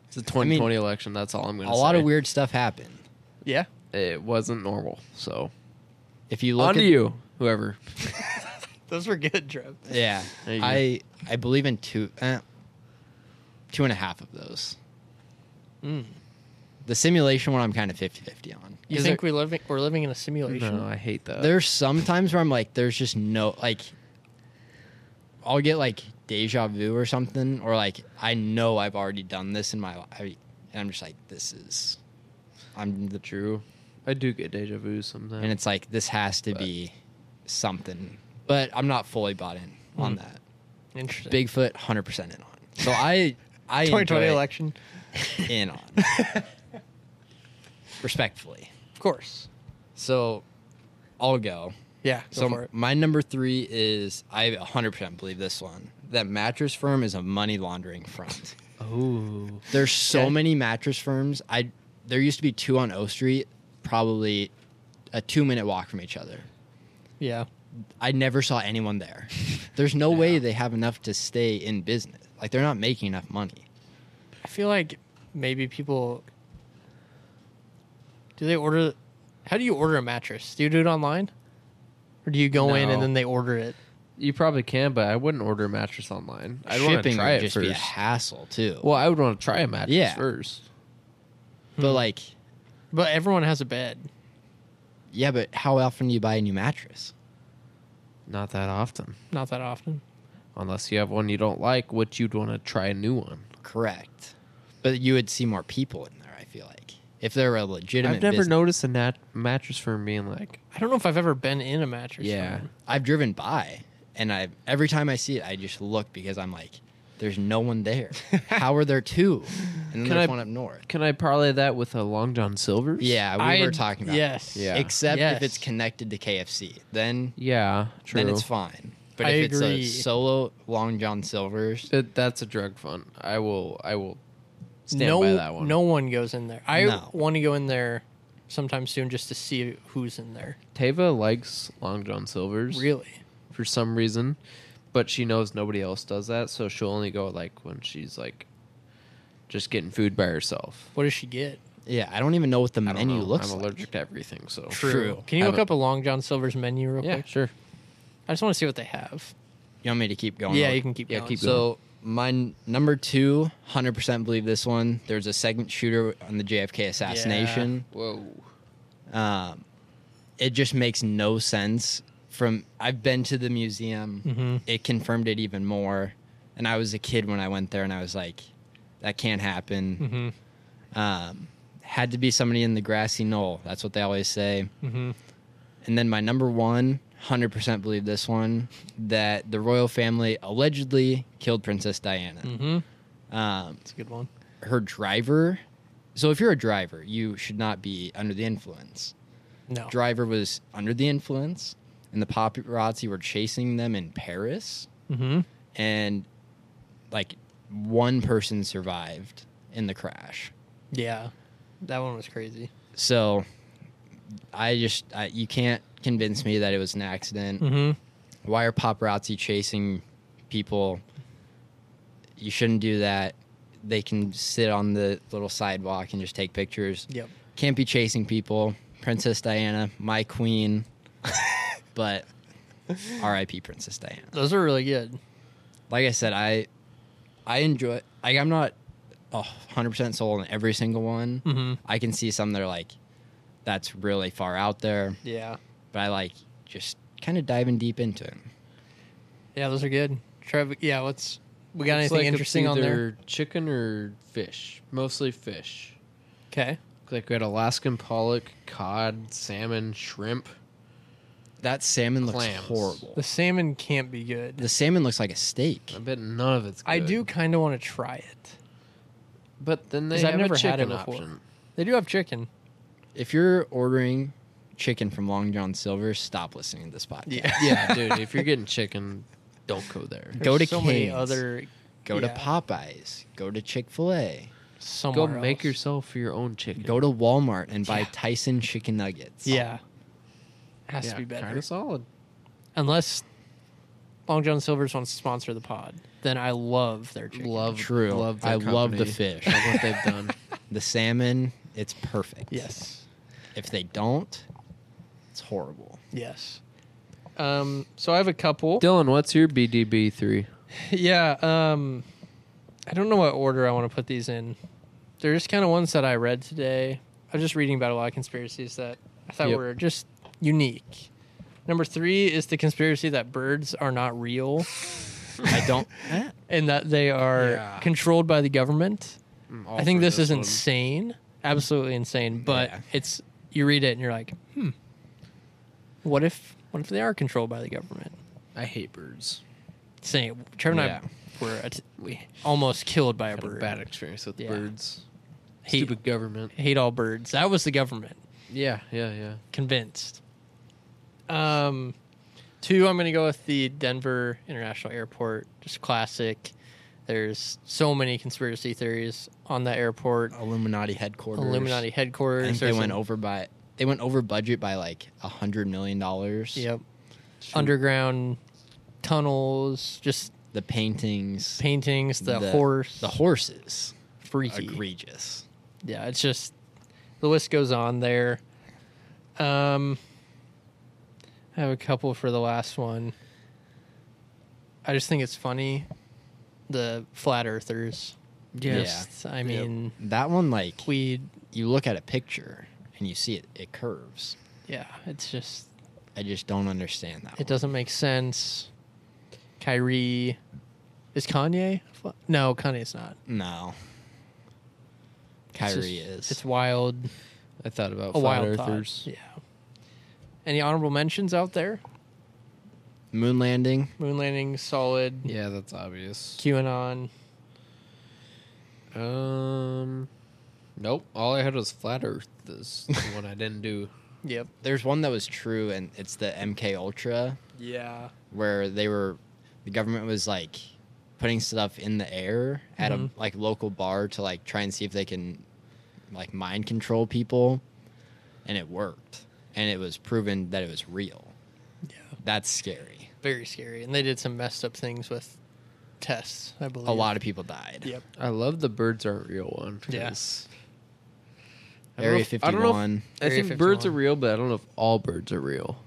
It's the 2020 election. That's all I'm going
A
to say.
lot of weird stuff happened.
Yeah.
It wasn't normal. So
If you
on
look
to
at
you, whoever.
[laughs] Those were good, Trev.
Yeah,
There you
I I believe in two, eh, two and a half of those.
Mm.
The simulation one, I'm kind of 50-50 on.
You
'Cause
think we living we're living in a simulation?
No, I hate that.
there- there's some times where I'm like, there's just no like. I'll get like deja vu or something, or like I know I've already done this in my life, and I'm just like, this is, I'm the true,
I do get deja vu sometimes.
and it's like this has to be something, but I'm not fully bought in on
Hmm.
that.
Interesting.
Bigfoot, hundred percent in on. So
[laughs]
I, I
2020
enjoy
election,
it in on,
[laughs]
respectfully.
of course.
So I'll go.
Yeah. Go
so
for it.
my number three is I hundred percent believe this one. That mattress firm is a money laundering
[laughs]
front.
Ooh.
There's so
Okay.
many mattress firms. I there used to be two on O Street, probably a two minute walk from each other.
Yeah.
I never saw anyone there. [laughs] There's no way they have enough to stay in business. Like they're not making enough money.
I feel like maybe people do they order how do you order a mattress? Do you do it online? Or do you go in
No.
and then they order it?
You probably can, but I wouldn't order a mattress online. I'd want to
Shipping
try
would
it
just be a
first.
hassle too.
Well, hmm. I would want to try a mattress
Yeah.
first.
But like,
But everyone has a bed.
yeah, but how often do you buy a new mattress?
Not that often.
Not that often.
Unless you have one you don't like, which you'd want to try a new one.
Correct. But you would see more people in there. I feel like if they're a legitimate.
I've never
business-
noticed a nat- mattress firm being like,
I don't know if I've ever been in a mattress.
yeah,
I've driven by, and I every time I see it, I just look because I'm like, there's no one
[laughs]
there. how are there two? And then
Can
there's
I-
one up north.
can I parlay that with a Long John Silver's?
Yeah, we
I-
were talking about.
yes.
It.
Yeah.
Except
Yes.
if it's connected to KFC, then
Yeah, true.
then it's fine. But
I
if
agree.
it's a solo Long John Silver's,
It, that's a drug fund. I will. I will stand
no,
by that one.
No one goes in there. I
No.
want to go in there sometime soon just to see who's in there.
Tava likes Long John Silver's
Really?
for some reason, but she knows nobody else does that, so she'll only go like when she's like just getting food by herself.
What does she get?
yeah, I don't even know what the
I don't
menu
know.
looks
I'm
like.
allergic to everything, so
True.
Can you
I
look
don't-
up a Long John Silver's menu real
Yeah,
quick?
sure.
I just want to see what they have.
You want me to keep going?
yeah,
I'll-
you can keep
yeah,
going.
keep
So my n- number two, hundred percent believe this one. There's a second shooter on the JFK assassination.
Whoa.
Um, it just makes no sense. From I've been to the museum,
Mhm.
it confirmed it even more. And I was a kid when I went there, and I was like, "That can't happen."
hmm
Um, had to be somebody in the grassy knoll. That's what they always say.
Mhm.
And then my number one, 100% believe this one, that the royal family allegedly killed Princess Diana.
Mm.
Mm-hmm.
Um,
That's a good one.
her driver. So if you're a driver, you should not be under the influence.
No.
Oh.
Driver was under the influence, and the paparazzi were chasing them in Paris,
Mm-hmm.
and like one person survived in the crash.
Yeah, that one was crazy.
So I just I, you can't convince me that it was an accident.
Hmm.
Mm-hmm.
Why are paparazzi chasing people? You shouldn't do that. They can sit on the little sidewalk and just take pictures.
Yep.
can't be chasing people. Princess Diana, my queen. but R.I.P. Princess Diana.
Those are really good.
Like I said, I I enjoy. Like I'm not hundred percent sold on every single one.
Mm-hmm.
I can see some that are like, that's really far out there,
Yeah.
but I like just kind of diving deep into it.
Yeah, those are good. Trev, yeah, let's. We got
Looks
anything
like it's
interesting on there?
either Chicken or fish, mostly fish.
Okay.
Like we had Alaskan pollock, cod, salmon, shrimp.
That salmon looks
Clams.
horrible.
The salmon can't be good.
The salmon looks like a steak.
I bet none of it's. Good.
I do kind of want to try it.
but then they
'Cause I've
have
never
a
had it
chicken
before.
option.
They do have chicken.
If you're ordering chicken from Long John Silver, stop listening to this podcast.
[laughs]
yeah, dude. If you're getting chicken, don't
[laughs]
go there.
Go to
There's so many
Cane's.
other
Go to
Yeah.
Popeyes. Go to Chick Fil A.
Go
somewhere.
make
else.
yourself your own chicken.
Go to Walmart and buy
Yeah.
Tyson chicken nuggets.
Yeah. Has
yeah,
to be better.
Kind of solid.
Unless Long John Silver's wants to sponsor the pod, then I love their chicken.
Love,
True.
Love
I
their
love the
company.
fish.
Love what they've
[laughs]
done.
The salmon, it's perfect.
Yes.
If they don't, it's horrible.
Yes. Um. So I have a couple.
Dylan, what's your BDB three?
[laughs] yeah. Um. I don't know what order I want to put these in. They're just kind of ones that I read today. I was just reading about a lot of conspiracies that I thought
Yep.
were just unique. Number three is the conspiracy that birds are not real
I don't.
and that they are
Yeah.
controlled by the government. I think this, is insane, absolutely insane. But
Yeah.
it's you read it and you're like, hmm, what if what if they are controlled by the government?
I hate birds.
Saying Trevor
Yeah.
and I were at, we almost killed by a
Had a
bird.
bad experience with
Yeah.
birds.
Hate-
Stupid government.
Hate all birds. That was the government
Yeah, yeah, yeah.
convinced. Um, two. I'm gonna go with the Denver International Airport. Just classic. There's so many conspiracy theories on that airport.
Illuminati headquarters.
Illuminati
I
headquarters.
think they
There's
went
an-
over by. They went over budget by like a hundred million dollars.
Yep. Underground tunnels, just
The paintings,
paintings, the,
The-
horse,
the horses,
freaky.
egregious.
Yeah, it's just the list goes on there. Um, I have a couple for the last one. I just think it's funny, the flat earthers. Just, I mean,
That one, like
we,
you look at a picture and you see it, it curves.
yeah, it's just
I just don't understand that.
It doesn't make sense. Kyrie. Is Kanye? a fla- No, Kanye's not.
one. No.
It's
Kyrie
just-
is.
It's wild.
I thought about
A
flat
wild
earthers.
thought. Yeah. Any honorable mentions out there?
moon landing.
Moon landing, solid.
Yeah, that's obvious.
QAnon.
Um, nope. All I had was flat Earth. Is the one I didn't do.
Yep.
There's one that was true, and it's the MK Ultra,
Yeah.
where they were, the government was like putting stuff in the air at
Mhm.
Mm-hmm.
a like local bar to like try and see if they can like mind control people, and it worked, and it was proven that it was real.
Yeah.
That's scary.
Very scary. And they did some messed up things with tests, I believe.
A lot of people died.
Yep.
I love the birds aren't real one.
Yeah.
'cause I don't know
Area
if- I don't know
51.
if- I
Area
think birds are
51.
real, but I don't know if all birds are real.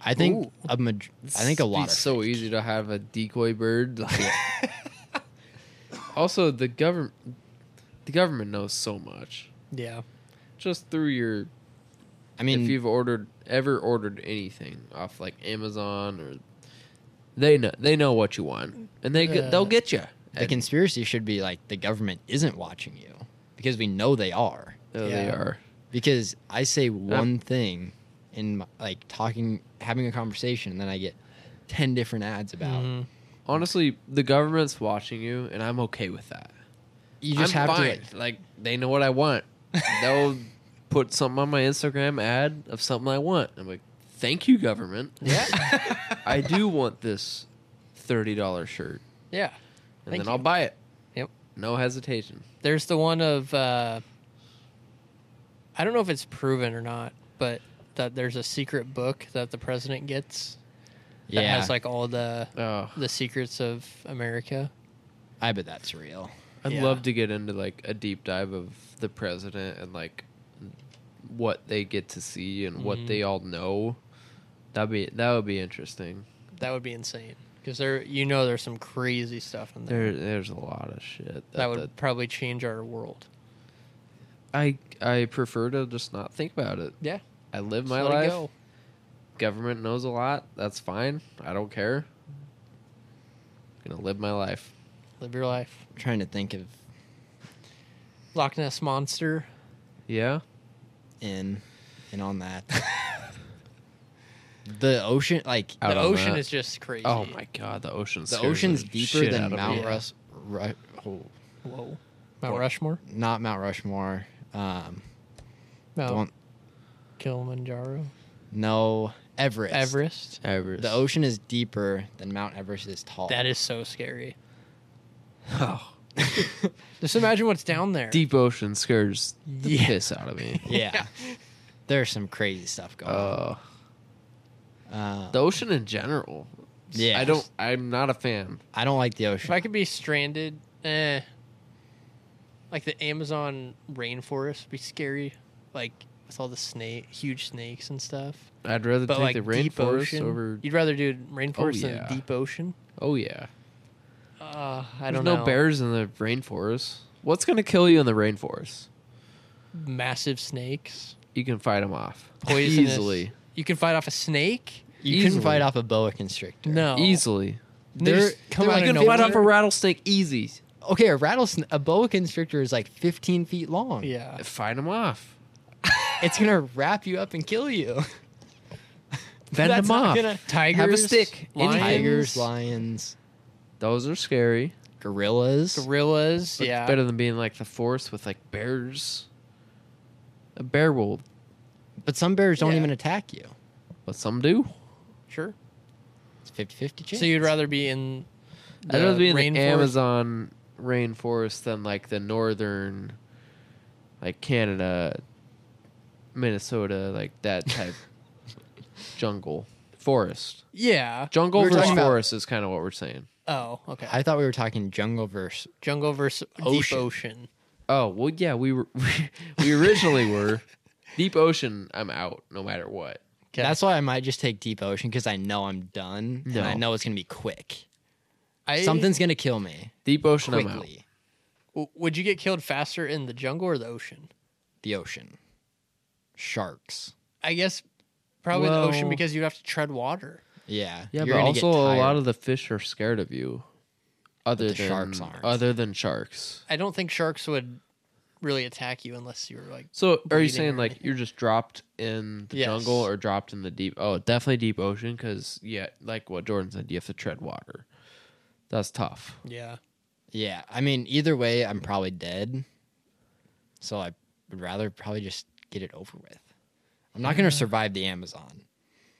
I think
Ooh.
a maj- I think a
It'd be
lot of
so easy to have a decoy bird. like- [laughs] also, the government, the government knows so much
Yeah.
just through your.
I mean,
if you've ordered ever ordered anything off like Amazon or, they know they know what you want and they get- they'll
Yeah.
get you.
the conspiracy should be like the government isn't watching you because we know they are.
No, oh, they
Yeah.
are.
Because I say one thing in my, like talking, having a conversation, and then I get 10 different ads about
Mm-hmm.
Mhm.
Honestly, the government's watching you, and I'm okay with that.
you just
I'm
have
fine.
to. Like,
like they know what I
[laughs]
want. They'll put something on my Instagram ad of something I want. I'm like, thank you, government.
[laughs]
Yeah.
I do want this thirty dollar shirt,
[laughs] yeah.
and
Thank
then I'll buy it.
Yep.
No hesitation.
There's the one of uh I don't know if it's proven or not, but that there's a secret book that the president gets that
yeah,
has like all the
Oh,
the secrets of America.
I bet that's real.
I'd
Yeah.
love to get into like a deep dive of the president and like what they get to see and what
Mhm.
they all know. That'd be that would be interesting.
That would be insane. because there you know there's some crazy stuff in there
There, there's a lot of shit that,
that would probably change our world.
I I prefer to just not think about it.
Yeah.
I live
Just
my
let it
life.
go.
Government knows a lot. That's fine. I don't care. gonna live my life.
Live your life.
I'm trying to think of
Loch Ness monster.
Yeah.
in and on
[laughs]
that. the ocean, like
Out
the
on
ocean
that.
is just crazy.
Oh my god, the ocean.
the
scares
ocean's
the
deeper
shit
than
out of
Mount
me.
Rus- Ru- oh,
Whoa. Mount
What?
Rushmore.
not Mount Rushmore. Um,
Oh.
the
Mount
one-
Kilimanjaro.
no, Everest.
Everest.
Everest.
The ocean is deeper than Mount Everest is tall.
That is so scary.
[laughs] Oh,
Just imagine what's down there.
deep ocean scares the
Yeah.
piss out of me. [laughs]
yeah. There's some crazy stuff going on.
Uh,
Uh,
the ocean in general.
Yeah.
I don't. I'm not a fan.
I don't like the
If
ocean.
I could be stranded, eh. Like the Amazon rainforest would be scary. Like with all the snake, huge snakes and stuff.
I'd rather
But
take
like
the
deep
rainforest
ocean,
over.
you'd rather do rainforest
yeah.
than deep ocean.
Oh yeah.
Uh, I
There's
don't
no
know.
bears in the rainforest. What's gonna kill you in the rainforest?
massive snakes.
You can fight them off
Poisonous.
easily.
You can fight off a snake.
You couldn't
easily.
fight off a boa constrictor.
No,
Easily.
They
They're-
Oh. just come
they're
out
I
of
can
nowhere.
fight off a rattlesnake easy.
Okay, a rattlesnake, a boa constrictor is like 15 feet long.
Yeah,
Fight them off.
It's gonna wrap you up and kill you.
Fend
That's
them
not
off.
gonna- tigers.
Have a stick.
lions,
Tigers, lions,
Those are scary.
gorillas.
gorillas.
But
Yeah,
It's better than being like the forest with like bears. A bear will,
But some bears don't
Yeah.
even attack you.
but some do.
sure.
It's 50 50 chance.
So you'd rather be in?
I'd rather
the
be in
rainforest?
the Amazon rainforest than like the northern, like Canada, Minnesota, like
[laughs]
that type jungle forest.
Yeah.
Jungle
We were
versus
talking about-
forest is kind of what we're saying.
Oh, okay.
I thought we were talking jungle verse.
Jungle versus
Ocean.
deep ocean.
Oh well, yeah, we were [laughs] we, we originally were deep ocean. I'm out no matter what.
Okay.
That's why I might just take deep ocean because I know I'm done
No.
and I know it's gonna be quick.
I,
Something's gonna kill me
Deep ocean, I'm out.
quickly.
w- Would you get killed faster in the jungle or the ocean?
The ocean, sharks.
I guess probably the ocean
Well-
because you'd have to tread water.
Yeah.
Yeah,
you're
but
gonna get
also a lot
tired.
of the fish are scared of you. Other
the
than
sharks aren't.
other than sharks.
I don't think sharks would really attack you unless you were like
So are you
Breeding
saying
or
like
anything.
you're just dropped in the
Yes.
jungle or dropped in the deep? Oh, definitely deep ocean because yeah, like what Jordan said, you have to tread water. That's tough.
yeah.
Yeah, I mean, either way, I'm probably dead. So I would rather probably just get it over with. I'm not gonna survive the Amazon.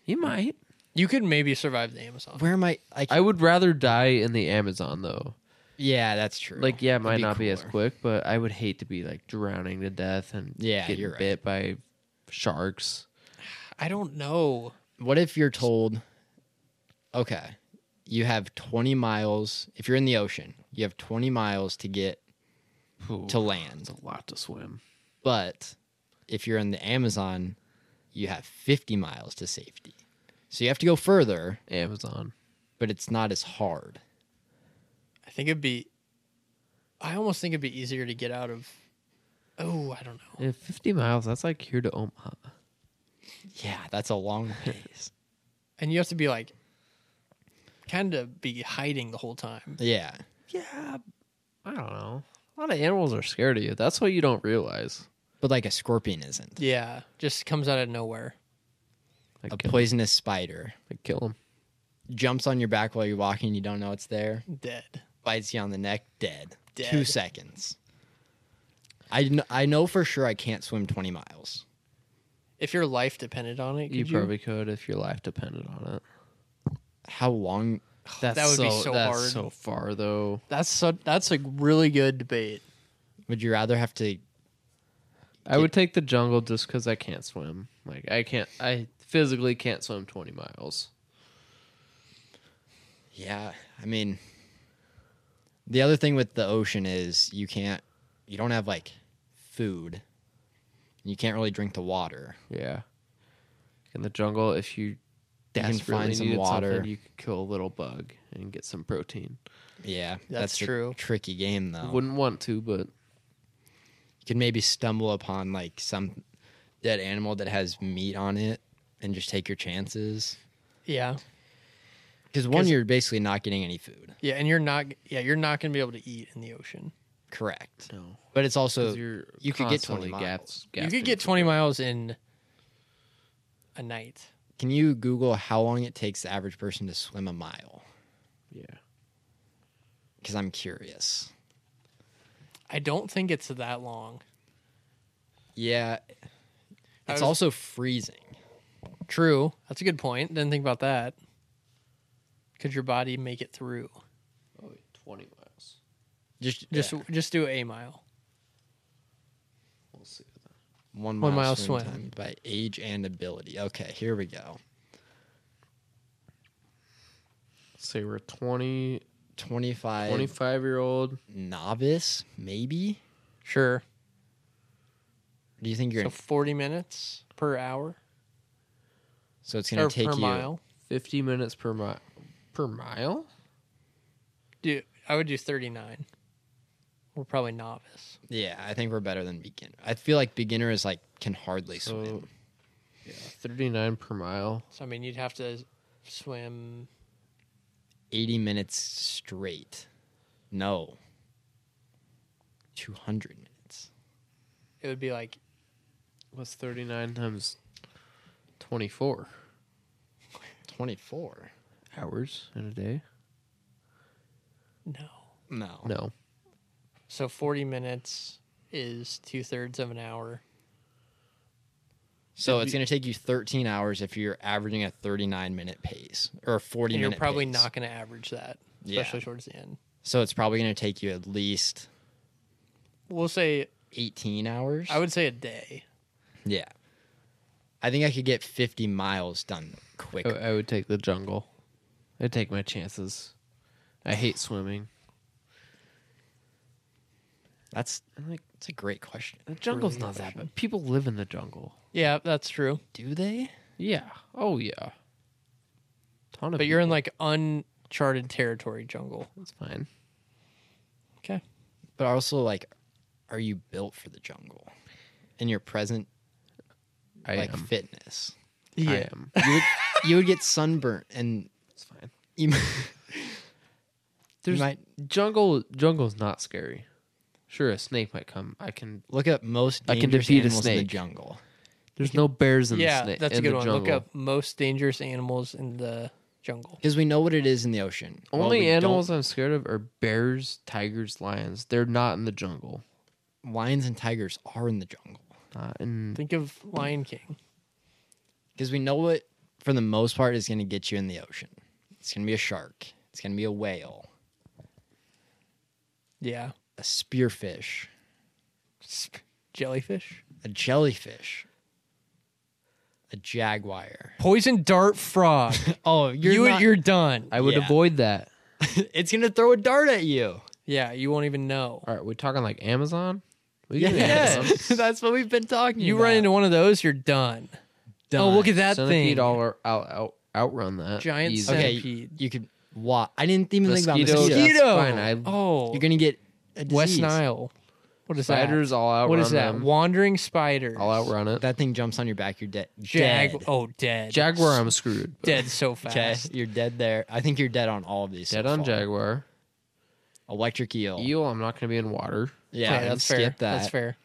You might.
You could maybe survive the Amazon.
Where am I? Like,
I would rather die in the Amazon though.
yeah, that's true.
Like yeah, it
It'd
might not be as
cooler.
quick, but I would hate to be like drowning to death and
Yeah,
getting
you're right.
bit by sharks.
I don't know.
What if you're told, okay, you have 20 miles. If you're in the ocean, you have 20 miles to get
Ooh,
to land.
a lot to swim.
But if you're in the Amazon, you have 50 miles to safety. So you have to go further,
Amazon.
but it's not as hard.
I think it'd be. I almost think it'd be easier to get out of. Oh, I don't know.
Yeah, 50 miles, that's like here to Omaha.
Yeah, that's a long [laughs] ways.
And you have to be like, kind of be hiding the whole time.
yeah.
Yeah, I don't know. A lot of animals are scared of you. That's what you don't realize.
But like a scorpion isn't.
Yeah, just comes out of nowhere.
Like,
A
kill,
poisonous spider
like kill 'em.
jumps on your back while you're walking, you don't know it's there,
Dead.
bites you on the neck, dead. Two
Dead.
seconds. I, kn- I know for sure I can't swim 20 miles.
If your life depended on it, could
You, Oh,
you,
probably could if your life depended on it.
How long?
That's
would be
so,
so
that's
hard.
so far though.
That's so, that's a really good debate.
Would you rather have to?
I would take the jungle just because I can't swim. Like I can't, I physically can't swim 20 miles.
Yeah, I mean, the other thing with the ocean is you can't, you don't have like food. You can't really drink the water.
Yeah. In the jungle, if you
desperately find some
needed something,
water.
you could kill a little bug and get some protein.
Yeah,
That's
a
true.
tricky game though.
Wouldn't want to, but
you could maybe stumble upon like some dead animal that has meat on it and just take your chances.
Yeah.
Because one,
'Cause-
you're basically not getting any food.
Yeah, and you're not yeah, you're not going to be able to eat in the ocean.
Correct.
no.
But it's also
you're
you could get 20
constantly
miles.
gasping
you could get
for
20 miles in a night.
can you Google how long it takes the average person to swim a mile?
Yeah.
Because I'm curious.
I don't think it's that long.
Yeah,
I
it's
was-
also freezing.
True. That's a good point. Didn't think about that. Could your body make it through?
Oh, 20 miles.
Just
Just
just
just do a mile.
We'll see.
one mile,
one mile
swim,
swim.
time by age and ability. Okay, here we go.
Say we're 20,
25,
25 year old.
novice, maybe.
Sure.
Do you think you're
So 40 minutes per hour
so it's
or
gonna take
per
you?
mile.
50 minutes per mile. Per mile?
Do I would do 39. We're probably novice.
Yeah, I think we're better than beginner. I feel like beginner is like can hardly swim.
So, yeah, 39 per mile.
So I mean, you'd have to swim
80 minutes straight. No. 200 minutes.
it would be like
What's 39 times 24
24.
hours in a day?
no.
No.
No.
So 40 minutes is two thirds of an hour.
So it's going to take you 13 hours if you're averaging a 39 minute pace or a 40
And you're
minute
probably
pace.
not going to average that,
Yeah.
especially towards the end.
So it's probably going to take you at least
We'll say,
18 hours.
I would say a day.
Yeah. I think I could get 50 miles done
I,
quicker.
I would take the jungle. I'd take my chances. I hate swimming.
That's like that's a great question.
The jungle's not that bad. People live in the jungle.
Yeah, that's true.
Do they?
Yeah. Oh, yeah. Ton of
But you're in like uncharted territory jungle.
That's fine.
Okay.
But also like are you built for the jungle? In your present
I
like
am.
fitness.
I
Yeah.
am.
you would, you would get sunburnt and
It's fine.
you, might- you
There's
might
jungle. Jungle's not scary. Sure, a snake might come. I can.
[laughs] look up most
I can
dangerous
defeat a
animals in the
snake.
jungle.
There's no bears in
Yeah,
the snake.
that's a
in
good
the
one. Look
jungle.
up most dangerous animals in the jungle.
Because we know what it is in the ocean. Well,
Only
we don't-
animals I'm scared of are bears, tigers, lions. They're not in the jungle.
lions and tigers are in the jungle.
Not in.
Think of Lion King.
Because we know what, for the most part, is going to get you in the ocean. It's going to be a shark. It's going to be a whale,
Yeah.
a spearfish,
Sp- Jellyfish.
a jellyfish, a jaguar.
[laughs]
Poison dart frog.
Oh, you're
you
not-
[laughs] you're done.
I would
Yeah.
avoid that.
[laughs] it's going to throw a dart at you.
Yeah, you won't even know.
All right, we're talking like Amazon. We
Yeah,
can do
[laughs]
Amazon.
that's what we've been talking.
You
about.
run into one of those, you're done. Oh, look at that
Centipede
thing.
all are- out, out outrun that.
Giant
easy.
centipede.
Okay, you could. Wa- I didn't even think
Mosquitoes,
about mosquitoes.
that's fine. I,
Oh,
You're gonna get a
West
disease.
Nile. What is
spiders all
that?
outrun
What is that?
them.
Wandering spiders.
I'll outrun it.
That thing jumps on your back. You're dead.
Jag.
dead.
Oh, dead.
Jaguar, I'm screwed. but-
Dead so
Okay,
fast.
you're dead there. I think you're dead on all of these. so
Dead on
far.
jaguar.
Electric eel.
Eel, I'm not going to be in water.
Yeah,
Okay, that's
skip
fair.
that.
That's fair.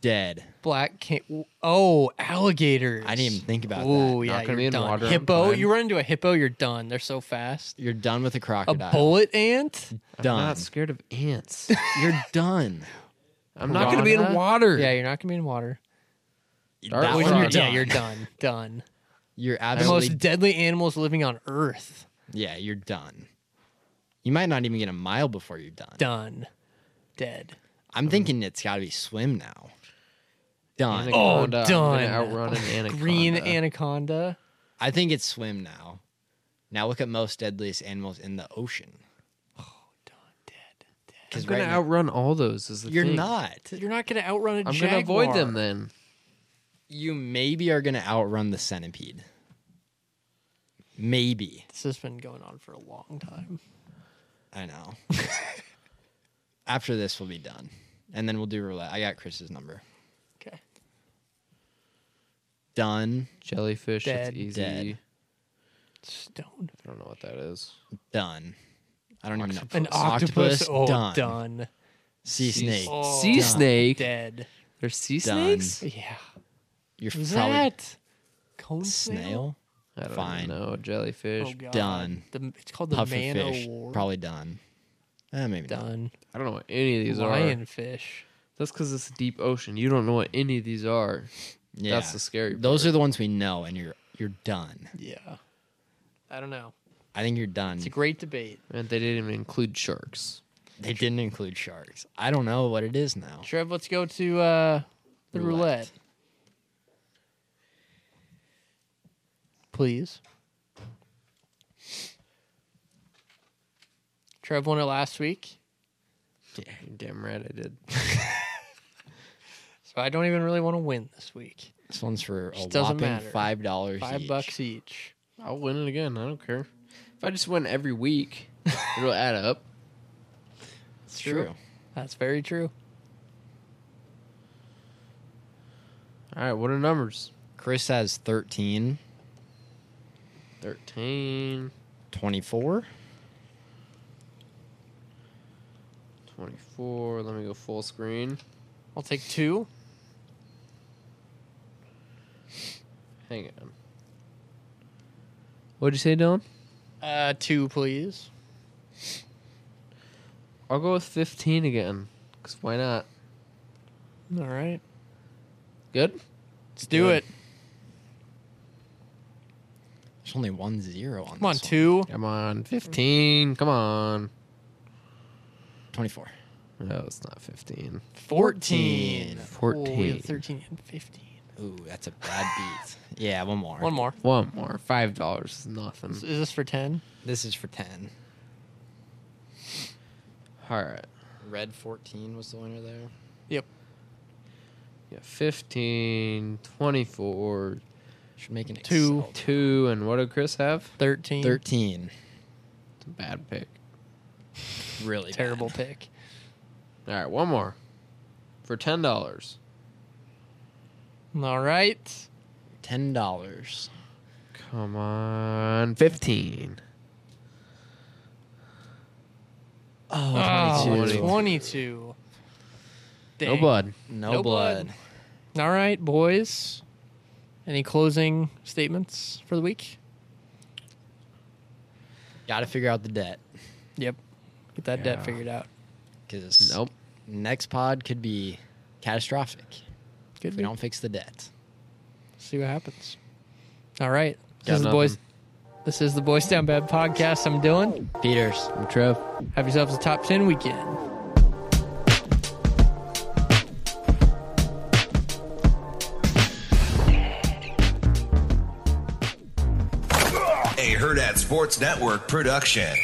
Dead.
Black can Oh, alligators.
I didn't even think about
Oh
that.
yeah,
Not gonna
you're
be in
done.
water, I'm
hippo.
fine.
You run into a hippo, you're done. They're so fast.
You're done with a
A
crocodile.
bullet ant.
I'm
done.
not scared of ants.
You're done.
I'm not going to be in water.
Yeah, you're not gonna be in water.
Dart
That
frog.
one,
When
you're
yeah,
done.
you're done. Done.
You're
the
absolutely.
most deadly animals living on Earth.
yeah, you're done. You might not even get a mile before you're done.
Done. Dead.
I'm thinking it's got to be swim now. Done. Oh,
Anaconda, I'm gonna
done.
outrun an anaconda.
Green anaconda.
I think it's swim now. Now look at most deadliest animals in the ocean.
Dead.
I'm
Because
going
right
to
now,
outrun all those. Is the
you're
thing.
not.
You're not gonna outrun a
I'm going to
jaguar.
avoid them then.
You maybe are gonna outrun the centipede. Maybe.
This has been going on for a long time.
I know. After this, we'll be done. And then we'll do roulette. I got Chris's number.
Okay.
Done.
Jellyfish,
Dead.
it's easy.
Dead.
Stone.
I don't know what that is.
Done. I don't even know.
An octopus. Oh, done.
Sea
Sea
snake.
Oh,
sea
done.
snake.
Dead.
There's sea
Done.
snakes.
Yeah.
You're
Who's
probably
that? Cone
snail.
I don't
Fine.
know. Jellyfish.
Oh, God.
Done.
The, it's called the
Pufferfish.
man o' war.
Probably done. Eh, maybe not.
done.
I don't know what any of these are.
Lionfish.
That's because it's a deep ocean. You don't know what any of these are.
Yeah.
That's the scary.
Those are the ones we know, and you're you're done.
Yeah. I don't know.
I think you're done.
It's a great debate.
And they didn't even include sharks.
They didn't include sharks. I don't know what it is now.
Trev, let's go to uh, the roulette.
Roulette.
Please. Trev won it last week,
You're Damn right, I did.
so I don't even really want to win this week.
This one's for a
Just doesn't
whopping
matter.
five dollars.
Five bucks each.
I'll win it again. I don't care. If I just win
[laughs]
every week, it'll add up.
It's true.
That's very true.
All right. What are numbers?
Chris has 13,
Thirteen.
24.
24. Let me go full screen.
I'll take two.
Hang on. What'd you say, Dylan?
Uh, two, please.
I'll go with 15 again. Because why not?
All right.
Good?
Let's do
Good.
it.
There's only one zero on
Come on,
this one.
two.
Come on. 15. Come on.
24.
No, it's not 15.
14. Oh, we have
14.
13 and 15.
Ooh, that's a bad
[laughs]
beat. yeah, one more.
One more.
One more. $5 is
Mm.
nothing.
Is this for 10?
This is for 10.
All right.
Red 14 was the winner there.
Yeah, 15, 24,
Should make an
Two.
Excel.
2, and what did Chris have?
13.
13.
It's a bad pick.
Really
Terrible
bad.
pick.
All right, one more. For $10.
All right.
$10.
Come on. 15.
Oh,
Oh, 22.
22.
22.
No
Dang.
blood.
No,
No blood.
blood.
All right, boys. Any closing statements for the week?
Got to figure out the debt
Get that
Yeah.
debt figured out.
because
Nope.
next pod could be catastrophic
Good.
if we don't fix the debt.
See what happens. All right. This
Got
is the
nothing.
boys. This is the Boys Down Bad podcast. I'm Dylan.
Peters.
I'm Trev.
Have yourselves a top 10 weekend.
A Herd at Sports Network production.